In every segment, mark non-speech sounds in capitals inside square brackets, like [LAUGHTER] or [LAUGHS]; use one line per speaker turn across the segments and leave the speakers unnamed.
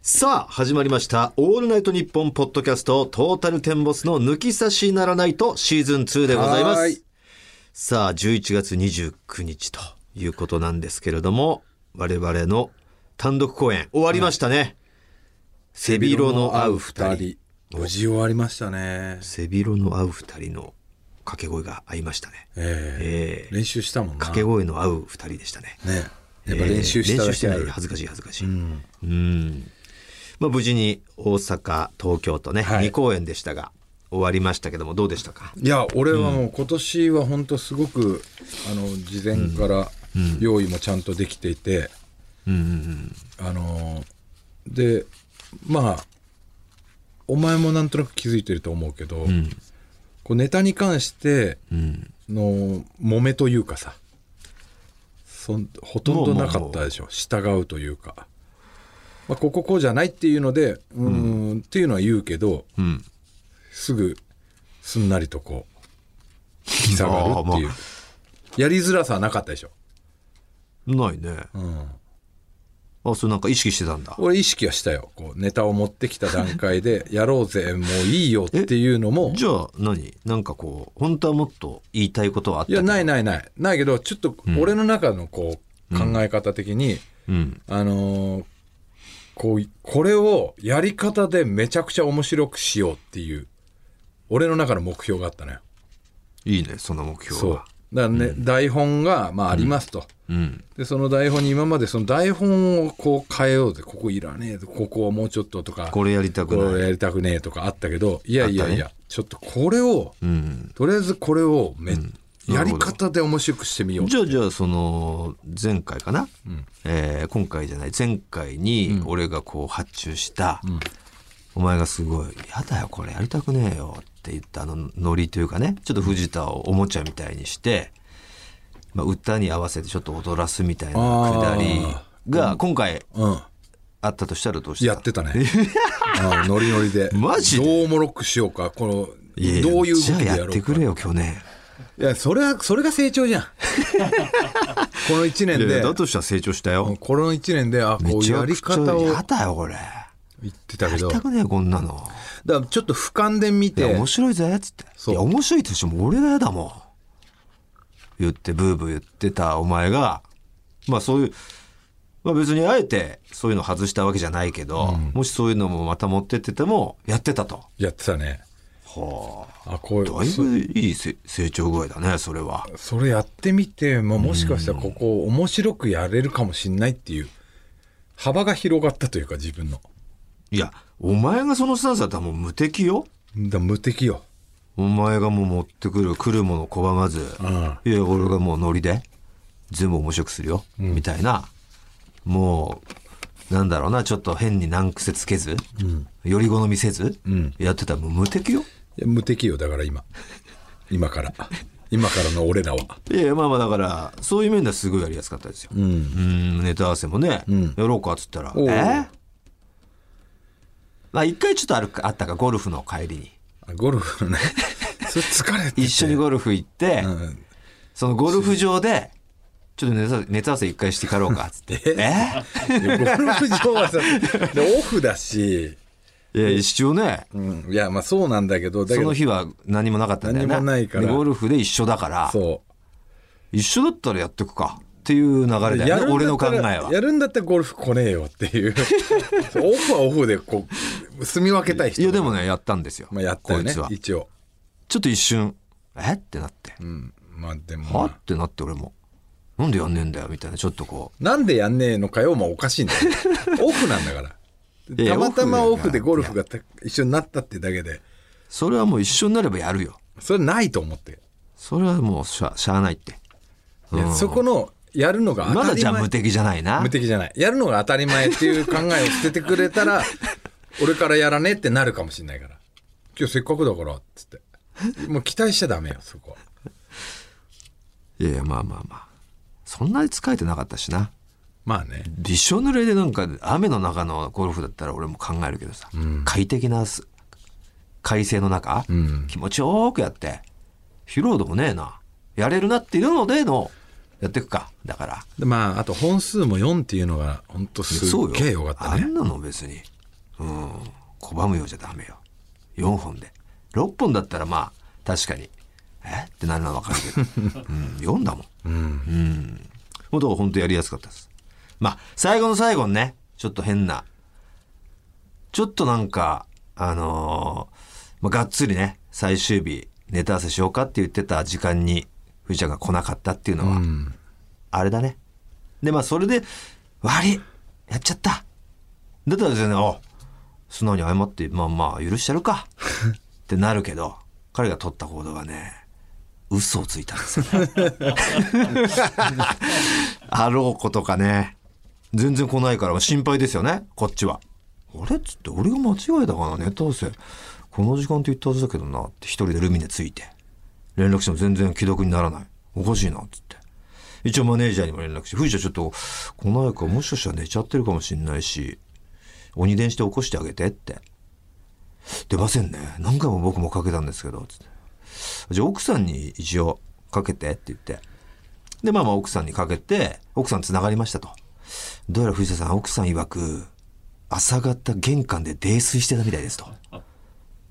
さあ、始まりました。オールナイトニッポンポッドキャスト、トータルテンボスの抜き差しならないとシーズン2でございま
はー
す
い。
さあ、11月29日ということなんですけれども、我々の単独公演終わりましたね。背広の合う二人。
無事終わりましたね。
背広の合う二人の掛け声が合いましたね。
ええ練習したもんな。
掛け声の合う二人でしたね。
ね。やっぱ練習した
えー
だ
練習して
けあ
ない
る。
恥ずかしい恥ずかしい、うんまあ、無事に大阪東京とね、
はい
2公演でしたが終わりましたけどもどうでしたか
いや、俺はもう今年は本当すごく、あの、事前から用意もちゃんとできていて、あのー、で、まあ、お前もなんとなく気づいてると思うけど、こうネタに関しての揉めというかさ、そんほとんどなかったでしょ従うというか、まあ、こここうじゃないっていうのでうーん、っていうのは言うけど、
ん
すぐすんなりとこう引き下がるっていう
ああまあ
やりづらさはなかったでしょ、
ないね
うん、
あそれなんか意識してたんだ
俺意識はしたよこうネタを持ってきた段階
[LAUGHS]
でやろうぜもういいよっていうのも
じゃあ何なんかこう本当はもっと言いたいことはあった
いやない
な
ないないないけどちょっと俺の中のこう考え方的に、
うん
あのーこういこれをやり方でめちゃくちゃ面白くしようっていう俺の中の目標があったのよ
いいねその目標は
そうだからね、台本がまあありますと、
うん
でその台本に今までその台本をこう変えようぜここいらねえぞここをもうちょっととか
これやりたく
これ
ない
やりたくねえとかあったけどいやいやいや、ちょっとこれを、
うん
とりあえずこれをめ、
な
や
る
り
ほど
方で面白くしてみよう
じゃあじゃあその前回かな、えー今回じゃない前回に俺がこう発注した、お前がすごい「やだよこれやりたくねえよ」って言ったあのノリというかねちょっと藤田をおもちゃみたいにして、まあ、歌に合わせてちょっと踊らすみたいなくだりが今回
うん
あったとしたらどうした
やってたねうんノリノリで
[LAUGHS] マジで
どうおもろくしようかこの
いやいや
どういう動き
じゃあ
でや
や
ろ
っ
う
て
か
くれよ去年
いやそれはそれが
[LAUGHS]
成長じゃんこの1年
いや
で
だとしたら成長したよ
この1年であ
め
こう
ちゃ
や
く
り
ちゃ
方を
やだよこれ
言ってた
や
け
り
ど
た
だ
く
か
ねえこんなの。
らちょっと俯瞰で見
いや
て
面白いぜっつって「
そう
いや面白いとしても俺がやだもん」言ってブーブー言ってたお前がまあそういう、まあ、別にあえてそういうの外したわけじゃないけど、もしそういうのもまた持ってっててもやってたと。
やってたね
はあ
あこう
だいぶいいせ成長具合だねそれは。
それやってみて、まあ、もしかしたらここ面白くやれるかもしんないっていう幅が広がったというか自分の
いやお前がそのスタンスだったらもう無敵よ。
だ無敵よ
お前がもう持ってくる来るもの拒まず、いや俺がもうノリで全部面白くするよ、みたいなもうなんだろうなちょっと変に難癖つけず、より好みせず、やってたらもう無敵よ
いや無敵よだから今今から今からの俺らはい
やいやまあまあだからそういう面ではすごいやりやすかったですよ、うん、ネタ合わせもね、やろうかっつったら
おう
えまあ一回ちょっとあるかあったかゴルフの帰りに
あゴルフのねそれ疲れてて
一緒にゴルフ行って、
うん
そのゴルフ場で、ちょっとネタネタ合わせ一回して帰ろうか、つって。
[LAUGHS]
え
いやゴルフ場はさでオフだし、
いや、一応ね、
うん、いやまあそうなんだけど
そ
だけ
の
ど
日は何もなかったんだよね。
何もないから
でゴルフで一緒だから、
そ
一緒だったらやってくか。っていう流れ
う
だよね、俺
る
の
ん
考
だった
え
ら
は。
やるんだったらゴルフ来ねえよっていうそうオフはオフでこう住み分けたい人
いや、でもね、やったんですよ。
まあ、やったよ
こい
ね
つは。
一応
ちょっと一瞬、えってなって。
うんまあで
は
も
ってなって、俺も。なんでやんねえんだよ、みたいな。ちょっとこう。
なんでやんねえのかよもおかしいんだ
[LAUGHS]
よオフなんだから
いや
たまたま
オ
オ
フ
フ
だ
で
よ
ゴルフがた一緒になったってだけで
それはもう一緒になればやるよ。
それないと思って
それはもうしゃ、しゃあないって。
いやそこのやるのが当
ま
た
だ
り
じゃ
前、
あ無敵じゃないな。
無敵じゃないやるのが当たり前っていう考えを捨ててく
[LAUGHS]
れたら俺からやらねえってなるかもしれないから今日せっかくだからっつってもう期待しちゃダメよそこはい
やいや、まあまあまあ。そんなに疲れてなかったしな。
まあね
びしょ濡れでなんか雨の中のゴルフだったら俺も考えるけどさ、快適なす快晴の中、気持ちよくやって疲労度もねえなやれるなっていうのでのやっていくかだから
でまああと本数も4っていうのが本当す
そ
っ
う
げえ
よ
よかった
あ
ね
んなの別にうん拒むようじゃダメよ4本で6本だったらまあ確かにえってなるのは分かるけ
[LAUGHS]
ど、うん、4だもん
うん
うん。ほんと、ほんとやりやすかったです。まあ、最後の最後にね、ちょっと変な、ちょっとなんか、あのーまあ、がっつりね、最終日、ネタ合わせしようかって言ってた時間に、藤ちゃんが来なかったっていうのは、
うん
あれだね。で、まあ、それで、悪いやっちゃっただったら全然、お素直に謝って、まあまあ、許してやるかってなるけど、彼が取った行動がね、嘘をついたんですよね。あろうことかね。全然来ないから心配ですよね、こっちは。あれっつって、俺が間違えたかな、ネタ合わせ。この時間って言ったはずだけどな、って一人でルミネついて。連絡しても全然既読にならない。おかしいな、つって。一応マネージャーにも連絡して、藤田ちょっと来ないからもしかしたら寝ちゃってるかもしんないし、鬼電して起こしてあげてって。出ませんね。何回も僕もかけたんですけど、つって。じゃあ奥さんに一応かけてって言って。で、まあまあ奥さんにかけて、奥さん繋がりましたと。どうやら藤田さん、奥さん曰く、朝方玄関で泥酔してたみたいですと。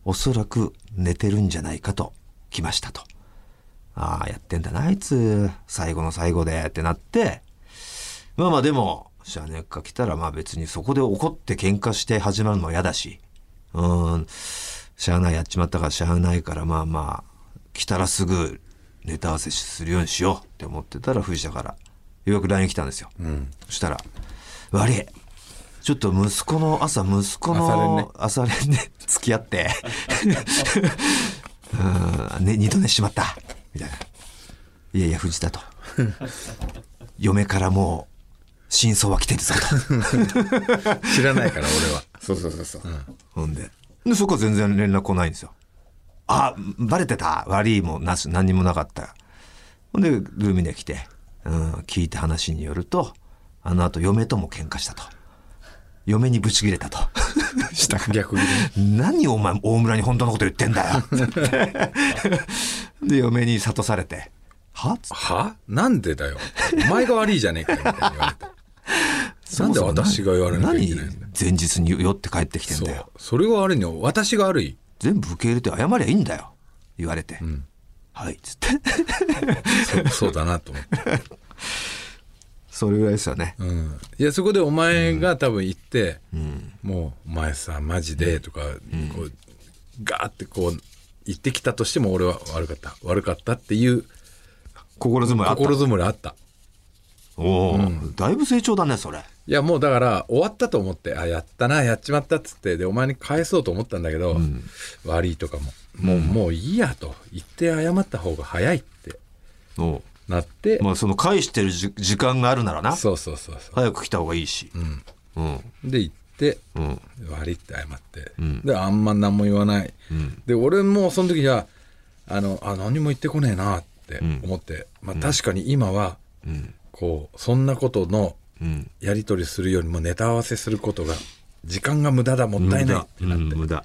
おそらく寝てるんじゃないかと、来ましたと。ああ、やってんだな、あいつ。最後の最後で、ってなって。まあまあでも、シャネッカ来たら、まあ別にそこで怒って喧嘩して始まるのは嫌だし。うーん。しゃあない、やっちまったからしゃあないから、まあまあ、来たらすぐネタ合わせするようにしようって思ってたら、藤田から、ようやく LINE 来たんですよ。そしたら、悪い。ちょっと息子の朝、息子
朝練ね
の朝練で付き合って、うん、ね、二度寝しちまった。みたいな。いやいや、藤田と。嫁からもう、真相は来てるぞと。
知らないから俺はそうそうそうそう、
ほんで。で、そこは全然連絡来ないんですよ。あ、バレてた。悪いもなし、何にもなかった。ほんで、ルミネ来て、うん、聞いた話によると、あの後、嫁とも喧嘩したと。嫁にブチ切れたと。したから
逆にね
何お前大村に本当のこと言ってんだ [LAUGHS] よって言ってで嫁に諭されて「はっ?」つって
はなんでだよお前が悪いじゃねえかよみたいに言われて [LAUGHS] なんで私が言われなきゃいけないんだよ
何前日に酔って帰ってきてん
そ
だ
う
よ
それが悪いの私が悪い
全部受け入れて謝りゃいいんだよ言われて「はい」っつって [LAUGHS]
[LAUGHS] そうそうだなと思って、
それぐらいですよね
うん、いやそこでお前が多分行って、もう「お前さマジで」とか、こうガーってこう言ってきたとしても俺は悪かった悪かったっていう
心づもりあった
心づもりあった
おーだいぶ成長だねそれ
いやもうだから終わったと思ってあやったなやっちまったっつってでお前に返そうと思ったんだけど、悪いとかももう,、もういいやと言って謝った方が早いって
おう
なって、
まあその返してるじ時間があるならな
そうそうそうそ
早く来た方がいいしうんうん
うで行って
うん
悪いって謝って、であんま何も言わない、で俺もその時はあのあ何も言ってこねえなって思って、まあ、確かに今は、こうそんなことの
うん
やり取りするよりもネタ合わせすることが時間が無駄だもったいないってな
う
っ
ん
て、
無駄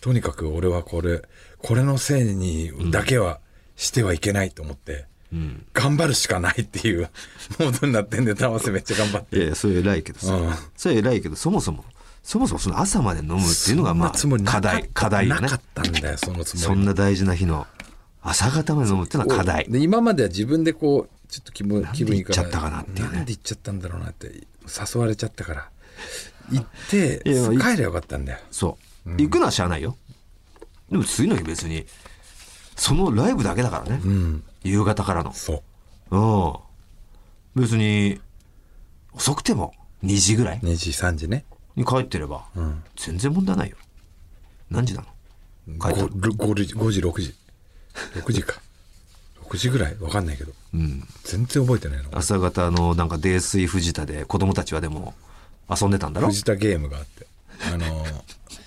とにかく俺はこれこれのせいにだけはしてはいけないと思って、
うん
頑張るしかないっていう [LAUGHS] モードになってネタ合わせめっちゃ頑張って。
いやいやそれ偉いけどさ
うん
それ偉いけどそもそもそもそもその朝まで飲むっていうのがま
そん
あ
なつもりな
課
かった
題課題よね
なかったんだよ、そのつもり。
そんな大事な日の朝方まで飲むってのは課題。
で今までは自分でこうちょっと気分
で
気分いいから
行っちゃったかなっていうね
なんで行っちゃったんだろうなって誘われちゃったから行って
いやいや
帰りゃよかったんだよ
そう。行くのはしゃあないよ。でも次の日別に、そのライブだけだからね。
うん
夕方からの。
そう
うん。別に、遅くても2時ぐらい
2時3時ね
に帰ってれば、
ん
全然問題ないよ。何時なの帰ったの
5, 時5時6時6時か6時ぐらいわかんないけど、全然覚えてないの
朝方のなんか泥酔藤田で子供たちはでも遊んでたんだろ
藤田ゲームがあってあのー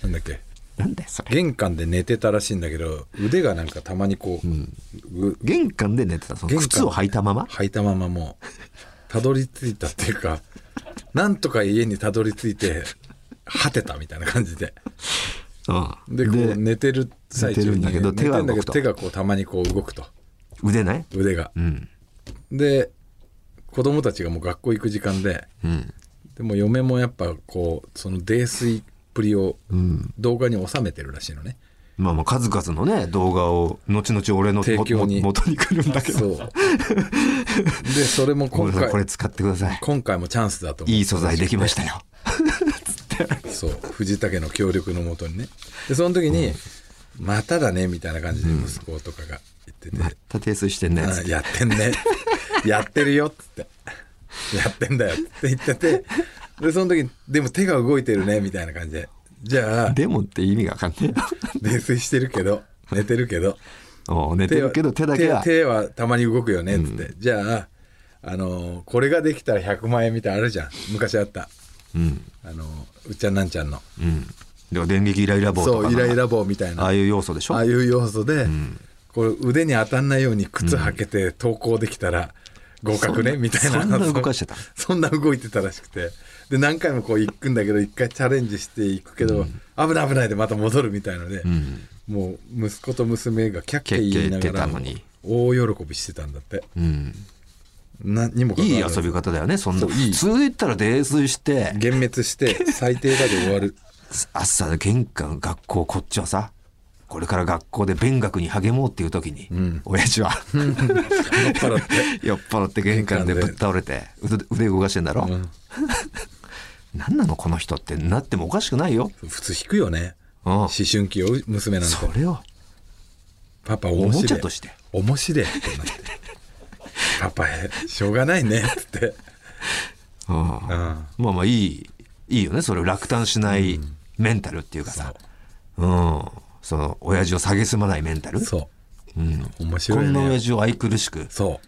なんだっけ
なんだよそれ。
玄関で寝てたらしいんだけど腕がなんかたまにこう、ぐ
玄関で寝てた。その靴を履いたまま
履いたままもうたどり着いたっていうかなんとか家にたどり着いて果てたみたいな感じで
うん。
でこう寝てる最中に
寝てるんだけど
寝てん
手が
だ
動くと
手がこうたまにこう動くと
腕ね。
腕が、
うん。
で子供たちがもう学校行く時間で、
うん
でも嫁もやっぱこうその泥酔っぷりを
うん
動画に収めてるらしいのね、
まあまあ数々のね動画を後々俺の
提供
も [LAUGHS]
に
元に来るんだけ
そ
ど
うでそれも
ごめ
今
んなさい
回
これ使ってください
今回もチャンスだと思って
いい素材できましたよ
そう藤竹の協力のもとにねでその時に「まただね」みたいな感じで息子とかが言ってて
また訂正してんね
ああやってんねやってるよっつってやってんだよって言っててでその時にでも手が動いてるねみたいな感じでじゃあ
でもって意味がわかん
[LAUGHS]
ね
泥酔してるけど寝てるけど
えおう寝てるけど手だけは
手手はたまに動くよねっつって、じゃああのーこれができたら100万円みたいなのあるじゃん昔あった
うん
あのーうっちゃんなんちゃんの
うんでも電撃イライラ棒とか
そ
な
うイライラ棒みたいな
ああいう要素でしょ
ああいう要素で、これ腕に当たんないように靴履けて投稿できたら合格ね
そんな
みたいな
そんな動かしてた
[LAUGHS] そんな動いてたらしくてで何回もこう行くんだけど一回チャレンジしていくけど、危ない危ないでまた戻るみたいので、
ん
もう息子と娘がキャッキャ言いな
キャッキャ言ってた
がら
のに
大喜びしてたんだって
うん
何にもかか
いい
わらず
遊び方だよねそんな
そういい
普通言ったら泥酔して
幻滅して最低だで終わる
朝玄関学校こっちはさこれから学校で勉学に励もうっていう時に、親父は
[LAUGHS] 酔っ払って
酔っ払って玄関でぶっ倒れて腕腕動かしてんだろ、
うん
[LAUGHS] 何なのこの人ってなってもおかしくないよ、
普通引く
[LAUGHS]
よね
うん
思春期を娘なんて
それを
パパ
お
面白い
もちゃとして
面白いってなって「パパしょうがないね」っつって、
うん
うん、
まあまあいいいいよねそれを落胆しないメンタルっていうかさ、うんその親父を蔑まないメンタル、
そう
ん、
う面白
こ
い
んな
ね
親父を愛くるしく
そ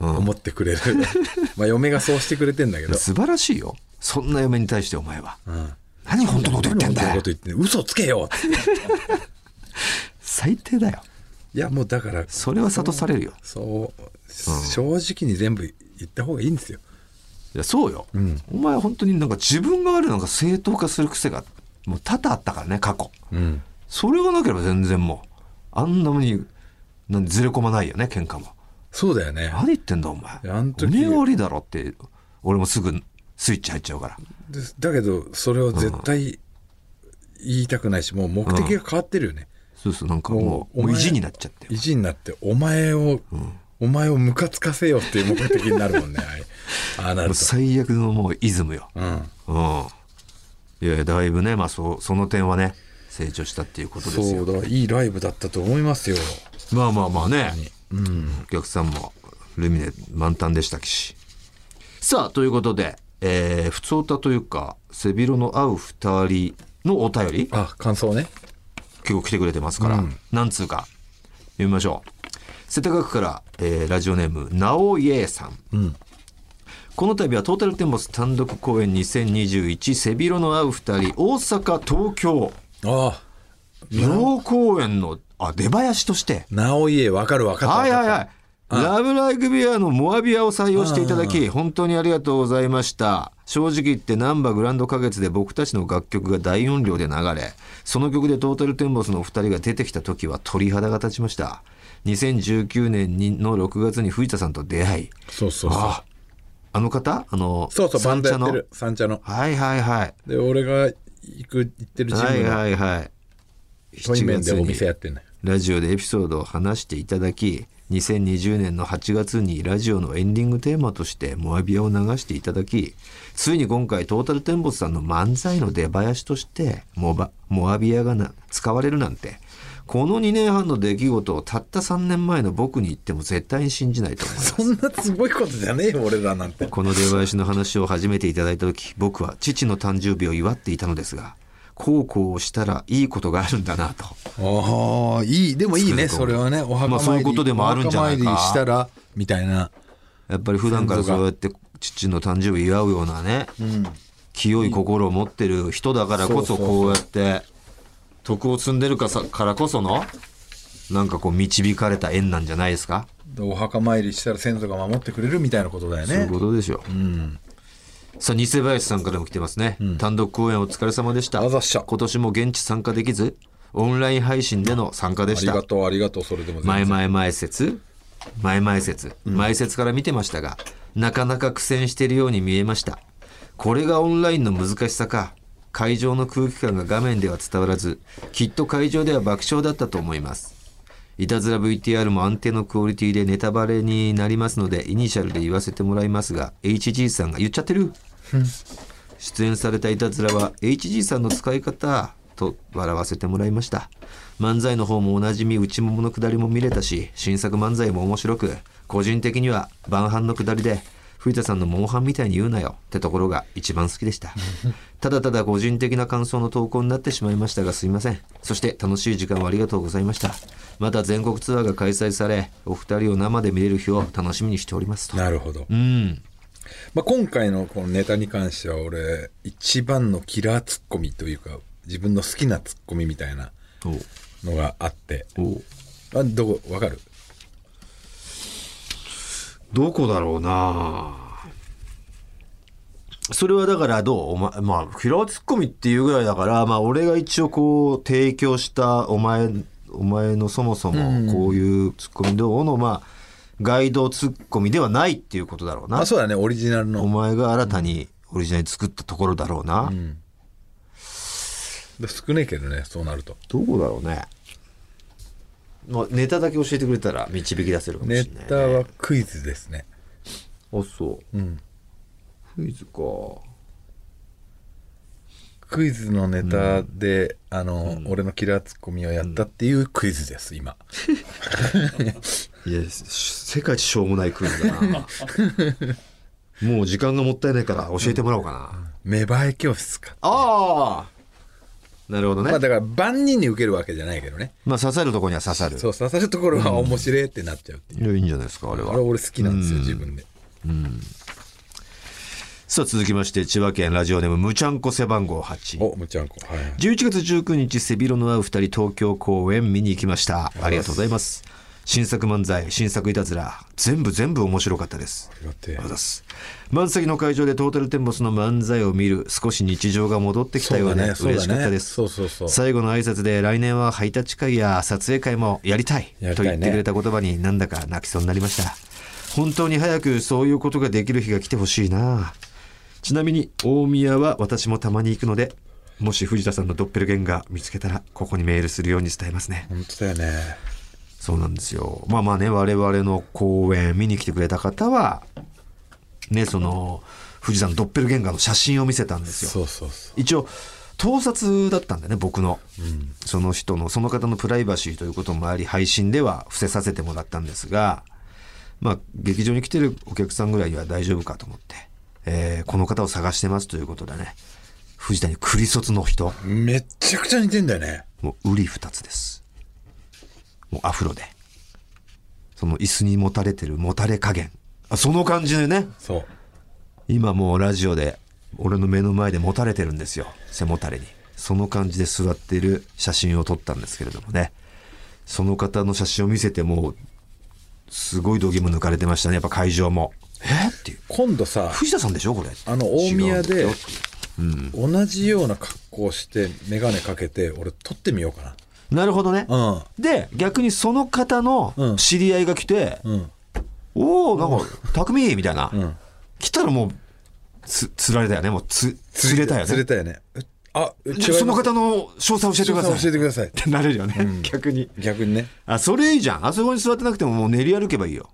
う、思ってくれる [LAUGHS] まあ嫁がそうしてくれてんだけど、
素晴らしいよそんな嫁に対してお前は
うん、
何本当のこと言ってん
本当の
だ
こ
よ
と言って嘘つけよって
最低だよ
いやもうだから
それは諭されるよ
そう、正直に全部言った方がいいんですよ
いやそうよ、お前本当になんか自分があるなんか正当化する癖がもう多々あったからね過去
うん
それがなければ全然もうあんなになんずれ込まないよね喧嘩も
そうだよね
何言ってんだお前
いやあの時
おめえが悪いだろって俺もすぐスイッチ入っちゃうから
でだけどそれを絶対言いたくないしもう目的が変わってるよね、
そうそうなんかもう
もうお
もう
前
意地になっちゃって
意地になってお前を、お前をムカつかせようっていう目的になるもん [LAUGHS] ねあれああな
も
る
う
と
最悪のもうイズムよ
うん
うんいやいやだいぶねまあそうその点はね成長したっていうことです
そ
よ
うだいいライブだったと思いますよ
まあまあまあね、お客さんもルミネ満タンでしたしさあということで、えー、普通歌というか背広の合う二人のお便り
あ感想ね
結構来てくれてますから、何通か読みましょう世田谷区から、えーラジオネームなおイエさん、この度はトータルテンボス単独公演2021背広の合う二人大阪東京
ああ
両公演のあ出囃子として
なおいえわかるわかった
はい
わか
は
っ
いは
た
い。ラブライグビアのモアビアを採用していただき、本当にありがとうございました。正直言って、ナンバーグランド花月で僕たちの楽曲が大音量で流れ、その曲でトータルテンボスのお二人が出てきた時は鳥肌が立ちました。2019年にの6月に藤田さんと出会い、
そうそうそう
ああの方あの、
そうそうバンドや
三
っ
茶の
てる。三茶の
はいはいはい。
で俺が行く行ってるチ
は
ー
い
ムの
はいはい。
トイメンで
7月に
お店やってんね
ラジオでエピソードを話していただき、2020年の8月にラジオのエンディングテーマとしてモアビアを流していただき、ついに今回トータルテンボスさんの漫才の出囃子としてモバモアビアがな使われるなんて、この2年半の出来事をたった3年前の僕に言っても絶対に信じないと思います。
そんなすごいことじゃねえよ俺らなんて
この出囃子の話を始めていただいた時僕は父の誕生日を祝っていたのですがこうこうしたらいいことがあるんだなと
ああいいでもいいね
そ
そう
か
れはねお墓
まあそういうことでもあるんじゃないか
お墓参りしたらみたいな
やっぱり普段からそうやって父の誕生日祝うようなね、清い心を持ってる人だからこそ
そうそうそう
こうやって徳を積んでるかさからこそのなんかこう導かれた縁なんじゃないですか
お墓参りしたら先祖が守ってくれるみたいなことだよ
そういう
ね
ことでしょう。さあ、偽林さんからも来てますね。単独公演お疲れ様でした。
あざっしゃ
今年も現地参加できず、オンライン配信での参加で
あ
し
り
た
が。とうありがとうそれでも全
前
然
々前説前々説、前説から見てましたが、なかなか苦戦しているように見えました。これがオンラインの難しさか。会場の空気感が画面では伝わらず、きっと会場では爆笑だったと思います。いたずら VTR も安定のクオリティでネタバレになりますので、イニシャルで言わせてもらいますが、HG さんが言っちゃってる出演されたいたずらは、HG さんの使い方、と笑わせてもらいました漫才の方もおなじみ内もものくだりも見れたし新作漫才も面白く個人的には晩飯のくだりで藤田さんの「モンハンみたいに言うなよ」ってところが一番好きでしたただただ個人的な感想の投稿になってしまいましたがすいませんそして楽しい時間をありがとうございましたまた全国ツアーが開催されお二人を生で見れる日を楽しみにしておりますと
なるほど
うん
まあ、今回のこのネタに関しては俺一番のキラーツッコミというか自分の好きなツッコミみたいなのがあってあどこわかる
どこだろうなそれはだからどうお前まあ平ツッコミっていうぐらいだからまあ俺が一応こう提供したお前お前のそもそもこういうツッコミどうの、まあガイドツッコミではないっていうことだろうな
あそうだねオリジナルの
お前が新たにオリジナル作ったところだろうな、うん
少ねえけどねそうなると
どこだろうねまあネタだけ教えてくれたら導き出せるかもしれない、ね、
ネタはクイズですね
あそう
うん
クイズか
クイズのネタで、うん、あの、うん、俺のキラーツッコミをやったっていうクイズです、うん、今
いや世界一しょうもないクイズだ
[LAUGHS]
なもう時間がもったいないから教えてもらおうかな、
芽生え教室か
ああなるほどね。
まあだから万人に受けるわけじゃないけどね。
まあ刺さるところには刺さる。
そう、刺さるところは面白いってなっちゃうっていう。
うん、い,いんじゃないですか、あれは。あれ
俺好きなんですよ、うん、自分で。
うん。さあ続きまして千葉県ラジオネームむちゃんこ背番号8
おむちゃんこ、はい、はい、
11月19日背広の合う2人東京公演見に行きましたありがとうございます新作漫才新作いたずら全部全部面白かったです
ありがて
え満席の会場でトータルテンボスの漫才を見る少し日常が戻ってきたようで、ねね、嬉しかったです
そうそうそう
最後の挨拶で来年はハイタッチ会や撮影会もやりたい、ね、と言ってくれた言葉になんだか泣きそうになりました本当に早くそういうことができる日が来てほしいなちなみに大宮は私もたまに行くのでもし藤田さんのドッペルゲンガー見つけたらここにメールするように伝えますね
本当だよね
そうなんですよ。まあまあね、我々の公演見に来てくれた方は、ね、その、富士山ドッペルゲンガーの写真を見せたんですよ。
そうそうそう
一応、盗撮だったんだね、僕の、うん。その人の、その方のプライバシーということもあり、配信では伏せさせてもらったんですが、まあ、劇場に来てるお客さんぐらいには大丈夫かと思って、えー、この方を探してますということでね、藤谷クリソツの人。
めっちゃくちゃ似てんだよね。
もう、うり二つです。アフロで。その椅子にもたれてるもたれ加減。あ、その感じでね。
そう。
今もうラジオで、俺の目の前でもたれてるんですよ。背もたれに。その感じで座ってる写真を撮ったんですけれどもね。その方の写真を見せてもすごい度肝抜かれてましたね。やっぱ会場も。えっていう。
今度さ、
藤田さんでしょこれ。
あの、大宮で、うん、同じような格好して、眼鏡かけて、俺撮ってみようかな。
なるほどね、
うん、
で逆にその方の知り合いが来て「うん、おおなんか匠」みたいな、うん、来たらもうつ釣られたよねもうつ釣れたよね
釣れたよね
あその方の詳細教えてください
教えてく
[LAUGHS]
ださいって
なれるよね、逆に
逆にね
あそれいいじゃんあそこに座ってなくてももう練り歩けばいいよ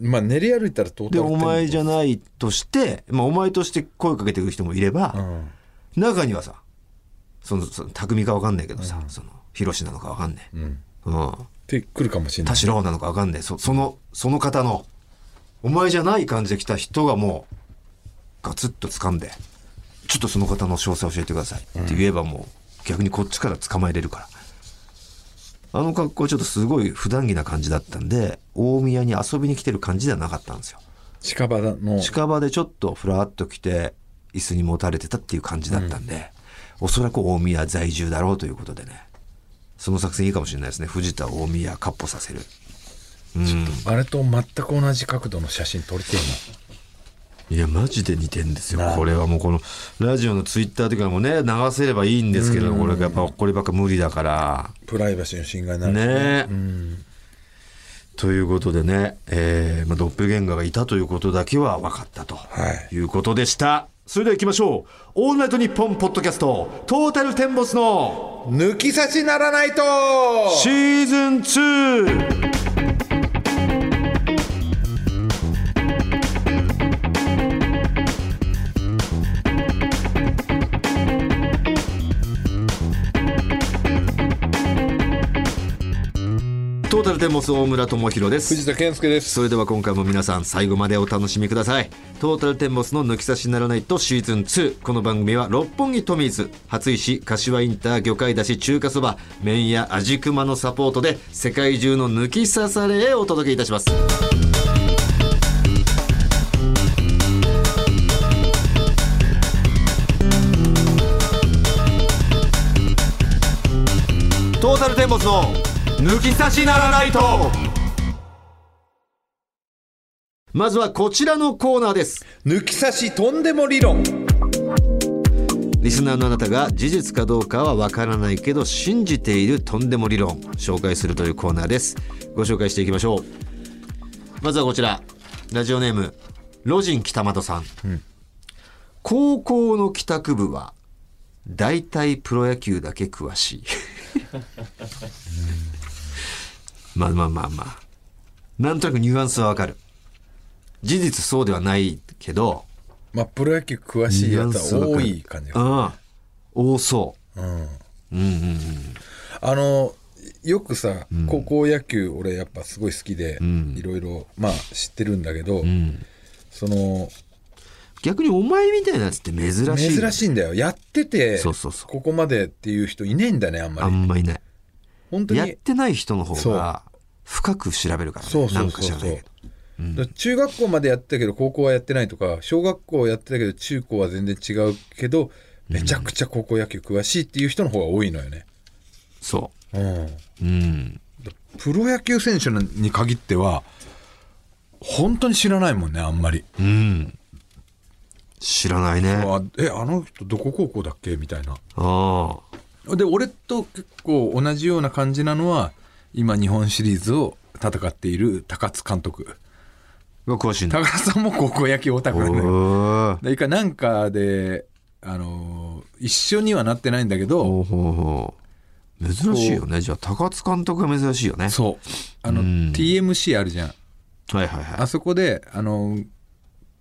まあ練り歩いたら
でお前じゃないとして、まあ、お前として声かけてくる人もいれば、中にはさそのその匠か分かんないけどさ、うん、その広なのか分かんない、うんうん、って
くるかもしれない
田代なのか分かんないそそのその方のお前じゃない感じで来た人がもうガツッと掴んでちょっとその方の詳細教えてくださいって言えばもう逆にこっちから捕まえれるからあの格好ちょっとすごい普段着な感じだったんで大宮に遊びに来てる感じではなかったんですよ
近場の
近場でちょっとふらっと来て椅子にもたれてたっていう感じだったんで、うんおそらく大宮在住だろうということでね。その作戦いいかもしれないですね。藤田大宮かっ歩させる。
うん、あれと全く同じ角度の写真撮りて
えな。いや、マジで似てんですよ。これはもうこの、ラジオのツイッターとかもね、流せればいいんですけど、これがやっぱこればっか無理だから。
プライバシーの侵害にな
る、
ね。
ね、うん、ということでね、えーまあ、ドッペルゲンガーがいたということだけは分かったと、い、うことでした、はい、それでは行きましょう「オールナイトニッポン」ポッドキャストトータルテンボスの
「抜き差しならないと!」
シーズン 2! トータルテンボス大村智博です
藤田健介です
それでは今回も皆さん最後までお楽しみくださいトータルテンボスの抜き差しならないとシーズン2この番組は六本木トミーズ初石柏インター魚介だし中華そば麺や味熊のサポートで世界中の抜き差されへお届けいたしますトータルテンボスの抜き差しならないとまずはこちらのコーナーです
抜き差しとんでも理論
リスナーのあなたが事実かどうかはわからないけど信じているとんでも理論紹介するというコーナーですご紹介していきましょうまずはこちらラジオネームロジン北窓さん、うん、高校の帰宅部は大体プロ野球だけ詳し [LAUGHS] いまあまあまあまあ。なんとなくニュアンスはわかる。事実そうではないけど。
まあ、プロ野球詳しいやつは多い感じ。
が。うん。多そう
うん。う
うん
ん
うん。
あの、よくさ、うん、高校野球、俺やっぱすごい好きで、いろいろ、まあ知ってるんだけど、うん、その、
逆にお前みたいなやつって珍しい、
ね、珍しいんだよ。やってて、そうそうそう。ここまでっていう人いないんだね、あんまり。
あんまいない。
本当に
やってない人の方が深く調べるからねそうそうそうそう、
うん、中学校までやってたけど高校はやってないとか小学校やってたけど中高は全然違うけどめちゃくちゃ高校野球詳しいっていう人の方が多いのよね、、
そううん、
プロ野球選手に限っては本当に知らないもんねあんまり、
うん、知らないね
えあの人どこ高校だっけみたいなあ
あ
で俺と結構同じような感じなのは今日本シリーズを戦っている高津監督
が詳しい
高津さんも高校野球オタクなんだよ一回なんかで、あのー、一緒にはなってないんだけ
ど珍しいよねじゃあ高津監督が珍しいよね
そうあの TMC あるじゃん
はいはいはい
あそこで、あのー、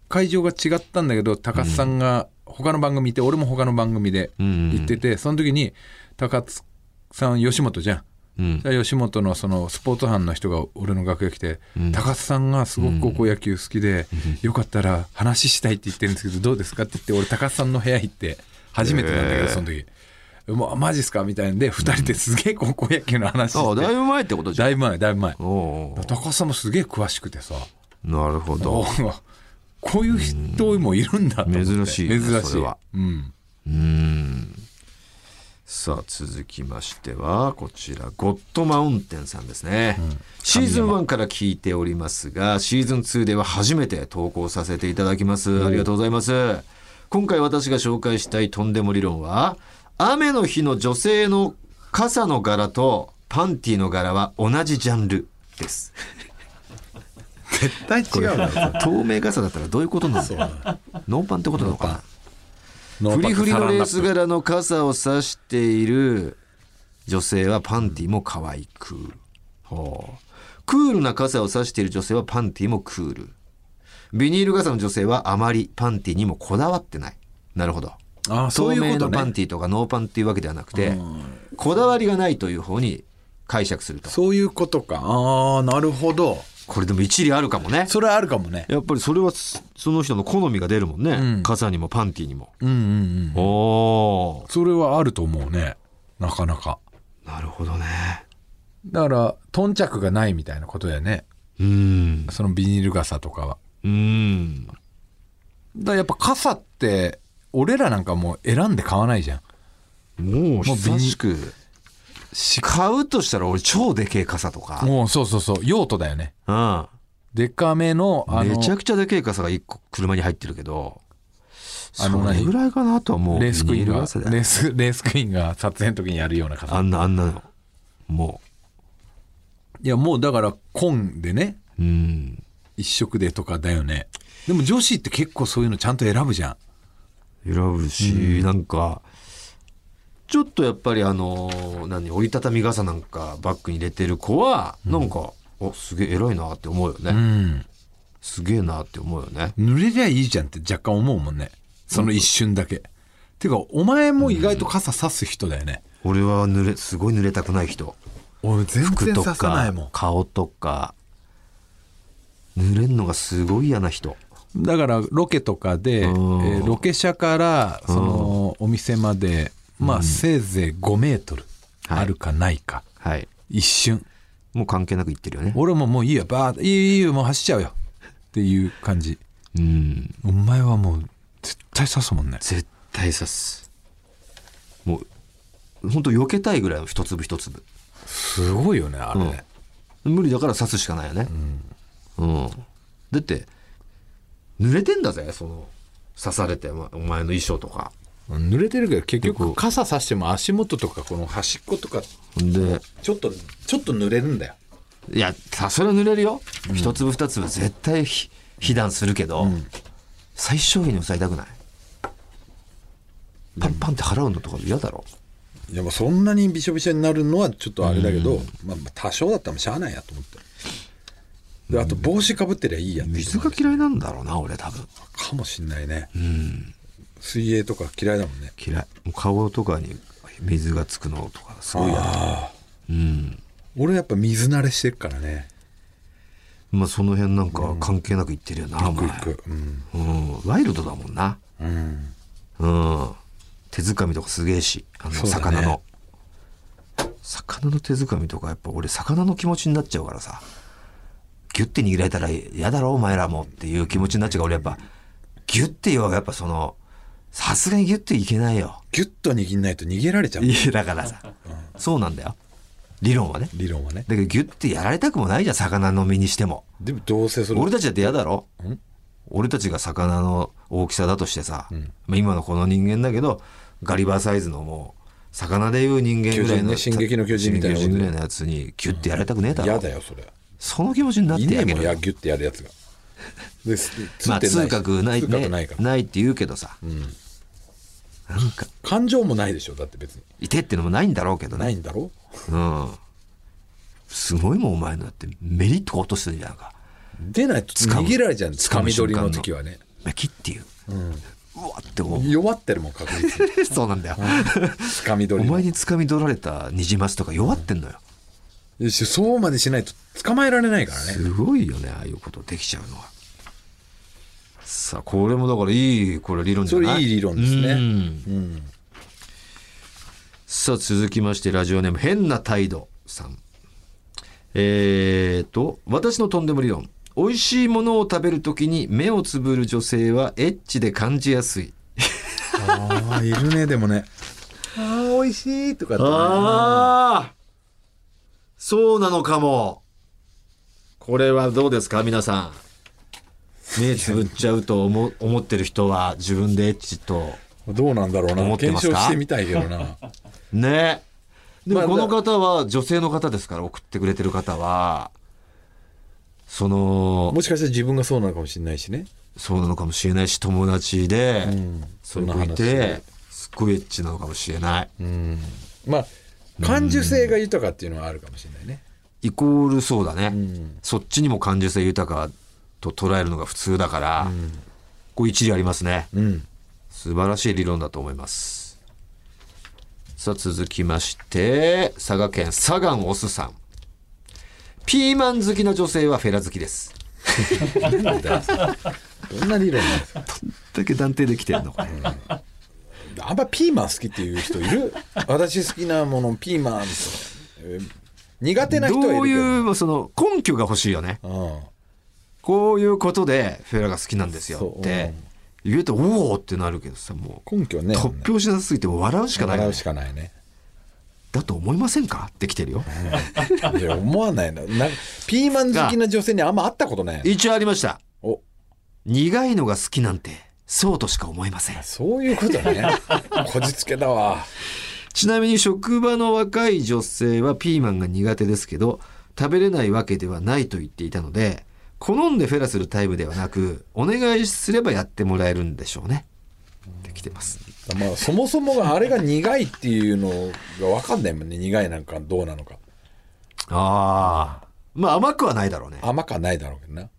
会場が違ったんだけど高津さんが、うん他の番組いて俺も他の番組で行ってて、うんうん、その時に高津さん吉本じゃん、うん、吉本のそのスポーツ班の人が俺の楽屋来て、うん、高津さんがすごく高校野球好きで、うん、よかったら話したいって言ってるんですけどどうですかって言って俺高津さんの部屋行って初めてなんだけどその時。えー、もうマジっすかみたいんで2人ですげえ高校野球の話して、
うん、だいぶ前ってことじゃん
だいぶ前だいぶ前高津さんもすげえ詳しくてさ
なるほど
こういう人もいるんだ
珍しい、ね、
珍しい
うんうんさあ続きましてはこちらゴッドマウンテンさんですね、うん、シーズン1から聞いておりますがシーズン2では初めて投稿させていただきますありがとうございます今回私が紹介したいとんでも理論は雨の日の女性の傘の柄とパンティの柄は同じジャンルです
絶対違う
透明傘だったらどういうことなのノーパンってことなのかなフリフリのレース柄の傘を差している女性はパンティも可愛く、はあ、クールな傘を差している女性はパンティもクールビニール傘の女性はあまりパンティにもこだわってないなるほど
あそういうこと、ね、透明の
パンティとかノーパンっていうわけではなくて、こだわりがないという方に解釈すると
そういうことかああなるほど
これでも一理あるかもね
それはあるかもね
やっぱりそれはその人の好みが出るもんね、うん、傘にもパンティにも
うんうんうん
お
それはあると思うねなかなか
なるほどね
だから頓着がないみたいなことだよね
うん
そのビニール傘とかは
うん
だやっぱ傘って俺らなんかもう選んで買わないじゃ
んもう久しく買うとしたら俺超でけえ傘とか
もうそうそうそう用途だよね
うん
でかめの
あのめちゃくちゃでけえ傘が1個車に入ってるけどあのそれぐらいかなとはもう
レースクイーンがレースレースクイーンが撮影の時にやるような傘
あんなあんなのも
いやもうだから紺でね
うん。
一色でとかだよねでも女子って結構そういうのちゃんと選ぶじゃん
選ぶし、なんか、ちょっとやっぱりあのー、何、折りたたみ傘なんかバッグに入れてる子は、なんか、お、すげえ偉いなって思うよね。
うん
すげえなって思うよね。
濡れりゃいいじゃんって若干思うもんねその一瞬だけ、てかお前も意外と傘さす人だよね、
俺は濡れ、すごい濡れたくない人。
俺全
服
然
と
ささない
か
も、
顔とか、濡れんのがすごい嫌な人。
んだからロケとかで、え
うん
ーロケ車からそのお店まで、まあせいぜい5メートル
はい
あるかないか、
はい。
一瞬
もう関係なく言ってるよね。
俺ももういいよバーッいいよいいよもう走っちゃうよっていう感じ
うん。
お前はもう絶対刺すもんね
絶対刺す。もう、ほんと避けたいぐらいの一粒一粒。
すごいよねあれね、
無理だから刺すしかないよね。うん。だって、濡れてんだぜ、その、刺されて、まお前の衣装とか。
濡れてるけど結
結構
局傘さしても足元とかこの端っことか
ほんで、
ちょっとちょっと濡れるんだよ
いや、さそれは濡れるよ。一粒二粒絶対ひ被弾するけど、最小限に抑えたくない。パンパンって払うのとか嫌だろ。
いやまあそんなにびしょびしょになるのはちょっとあれだけど、まあ、まあ多少だったらもうしゃあないやと思ってであと帽子かぶってりゃいいやっていう
水
のも
が嫌いなんだろうな、俺多分。
かもしんないね、水泳とか嫌いだもんね
嫌い。もう顔とかに水がつくのとか、すごい嫌だ。
ああ
うん。
俺やっぱ水慣れしてるからね
まあその辺なんか関係なく言ってるよな、お
グ
前
イグイうん
うん、ワイルドだもんな、
うん
うん、手づかみとかすげえしあの
そうだね
魚の、魚の手づかみとかやっぱ俺魚の気持ちになっちゃうからさギュッて握られたら嫌だろお前らもっていう気持ちになっちゃうから俺やっぱギュッてよやっぱそのさすがにギュッていけないよ
ギュッと握んないと逃げられちゃう
いやだからさ、そうなんだよ理論はね
理論はね
だけどギュッてやられたくもないじゃん魚の身にしても
でもどうせそれ
俺たちだって嫌だろ
ん
俺たちが魚の大きさだとしてさ、まあ今のこの人間だけどガリバーサイズのもう魚でいう人間ぐらいの、
巨人ね進撃の巨人みたいな
進撃の巨人ぐらいのやつにギュッてやられたくねえだろ、
嫌だよそれ
その気持ちになって
いね
や
え
げ
もん
る
やギュッてやるやつがでつつ
ま
っ
あ
てない
痛覚ない
痛
ね
覚ないから
ないって言うけどさ、なんか
感情もないでしょだって別に
いてってのもないんだろうけど
な
ね
いんだろ
うんすごいもんお前のだってメリッと落としてるじゃんか
出ないと
む
逃げられちゃうんつ
掴
か
む
み
瞬
取
間
り
の
の時はね
めきっていう、うわって思う [LAUGHS]
弱ってるもん確実に
そうなんだよ、
つかみ取
お
りの
前に掴み取られたニジマスとか弱ってんのよ。
よしそうまでしないと捕まえられないからね
すごいよね、ああいうことできちゃうのは。さあ、これもだからいい、これ理論じゃ
そ
ない
れいい理論ですね
うん
うん
さあ、続きまして、ラジオネーム、変な態度さん。えーと、私のとんでも理論。美味しいものを食べるときに目をつぶる女性はエッチで感じやすい。
ああいるねでもねああ美味しいとかってね
ああそうなのかも。これはどうですか皆さん。目つぶっちゃうと思思ってる人は自分でエッチと。
どうなんだろう
思
な
ってま
検
すか
証してみたいけどな
ねで
ま
もこ
あ
の方は女性の方ですから送ってくれてる方は、その、
もしかしたら自分がそうなのかもしれないしね
そうなのかもしれないし友達で、
ん
それ
そんな
もい
話
て、すっごいエッチなのかもしれない。
うんまあ感受性が豊かっていうのはあるかもしれないね
イコールそうだね、
ん
そっちにも感受性豊かと捉えるのが普通だから、これ一理ありますね
うん
素晴らしい理論だと思いますさあ続きまして佐賀県佐賀のおすさんピーマン好きな女性はフェラ好きです
どんな理論なんですか
だけ断定できてる [LAUGHS] のこれ、
あんまピーマン好きっていう人いる私好きなものピーマンとか、えー苦手な人
ど
は
う
いる
いうその根拠が欲しいよね
けどうん
こういうことでフェラが好きなんですよって言うとおおってなるけどさもう
根拠ね
突拍子なさすぎてもう笑うしかないよ
笑
ね
うしかないね
だと思いませんかって来てるよ。
いや思わないななんかピーマン好きな女性にあんま会ったことない
一応ありました。
お
苦いのが好きなんて、そうとしか思えません。
そういうことね [LAUGHS] こじつけだわ
ちなみに職場の若い女性はピーマンが苦手ですけど、食べれないわけではないと言っていたので好んでフェラするタイプではなくお願いすればやってもらえるんでしょうねできてます
まあそもそもがあれが苦いっていうのが分かんないもんね苦いなんかどうなのか
ああまあ甘くはないだろうね
甘くはないだろうけどな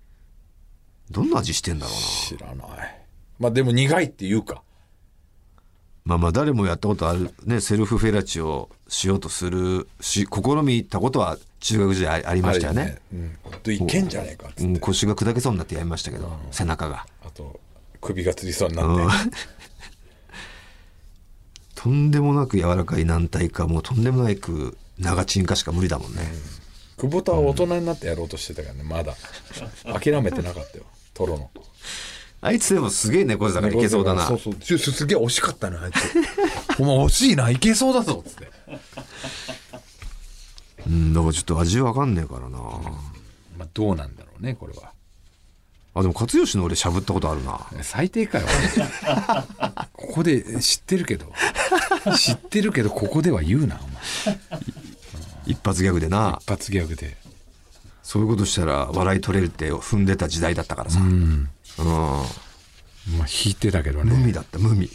どんな味してんだろう
知らないまあでも苦いっていうか
なまあまあ誰もやったことあるねセルフフェラチをしようとするし試みたことは中学時代あありましたよね
あれうん、ほんといけんじゃねえかっつ
う
って
ん腰が砕けそうになってやりましたけど、背中が、
あと首がつりそうになって、
うん、 [LAUGHS] とんでもなく柔らかい軟体かもうとんでもなく長チンかしか無理だもんね、
久保田は大人になってやろうとしてたからねまだ諦めてなかったよトロの
あいつでもすげえ猫背だからいけそうだな
そうそうちょすげえ惜しかったなあいつ [LAUGHS] お前惜しいないけそうだぞっつって
うんだからちょっと味わかんねえからな
まあどうなんだろうねこれは
あでも勝吉の俺しゃぶったことあるな
最低かよ [LAUGHS] ここで知ってるけど知ってるけどここでは言うなお前
一発ギャグでな
一発ギャグで
そういうことしたら笑い取れるって踏んでた時代だったからさうん、
まあ引いてたけど
無
ね
味だった無味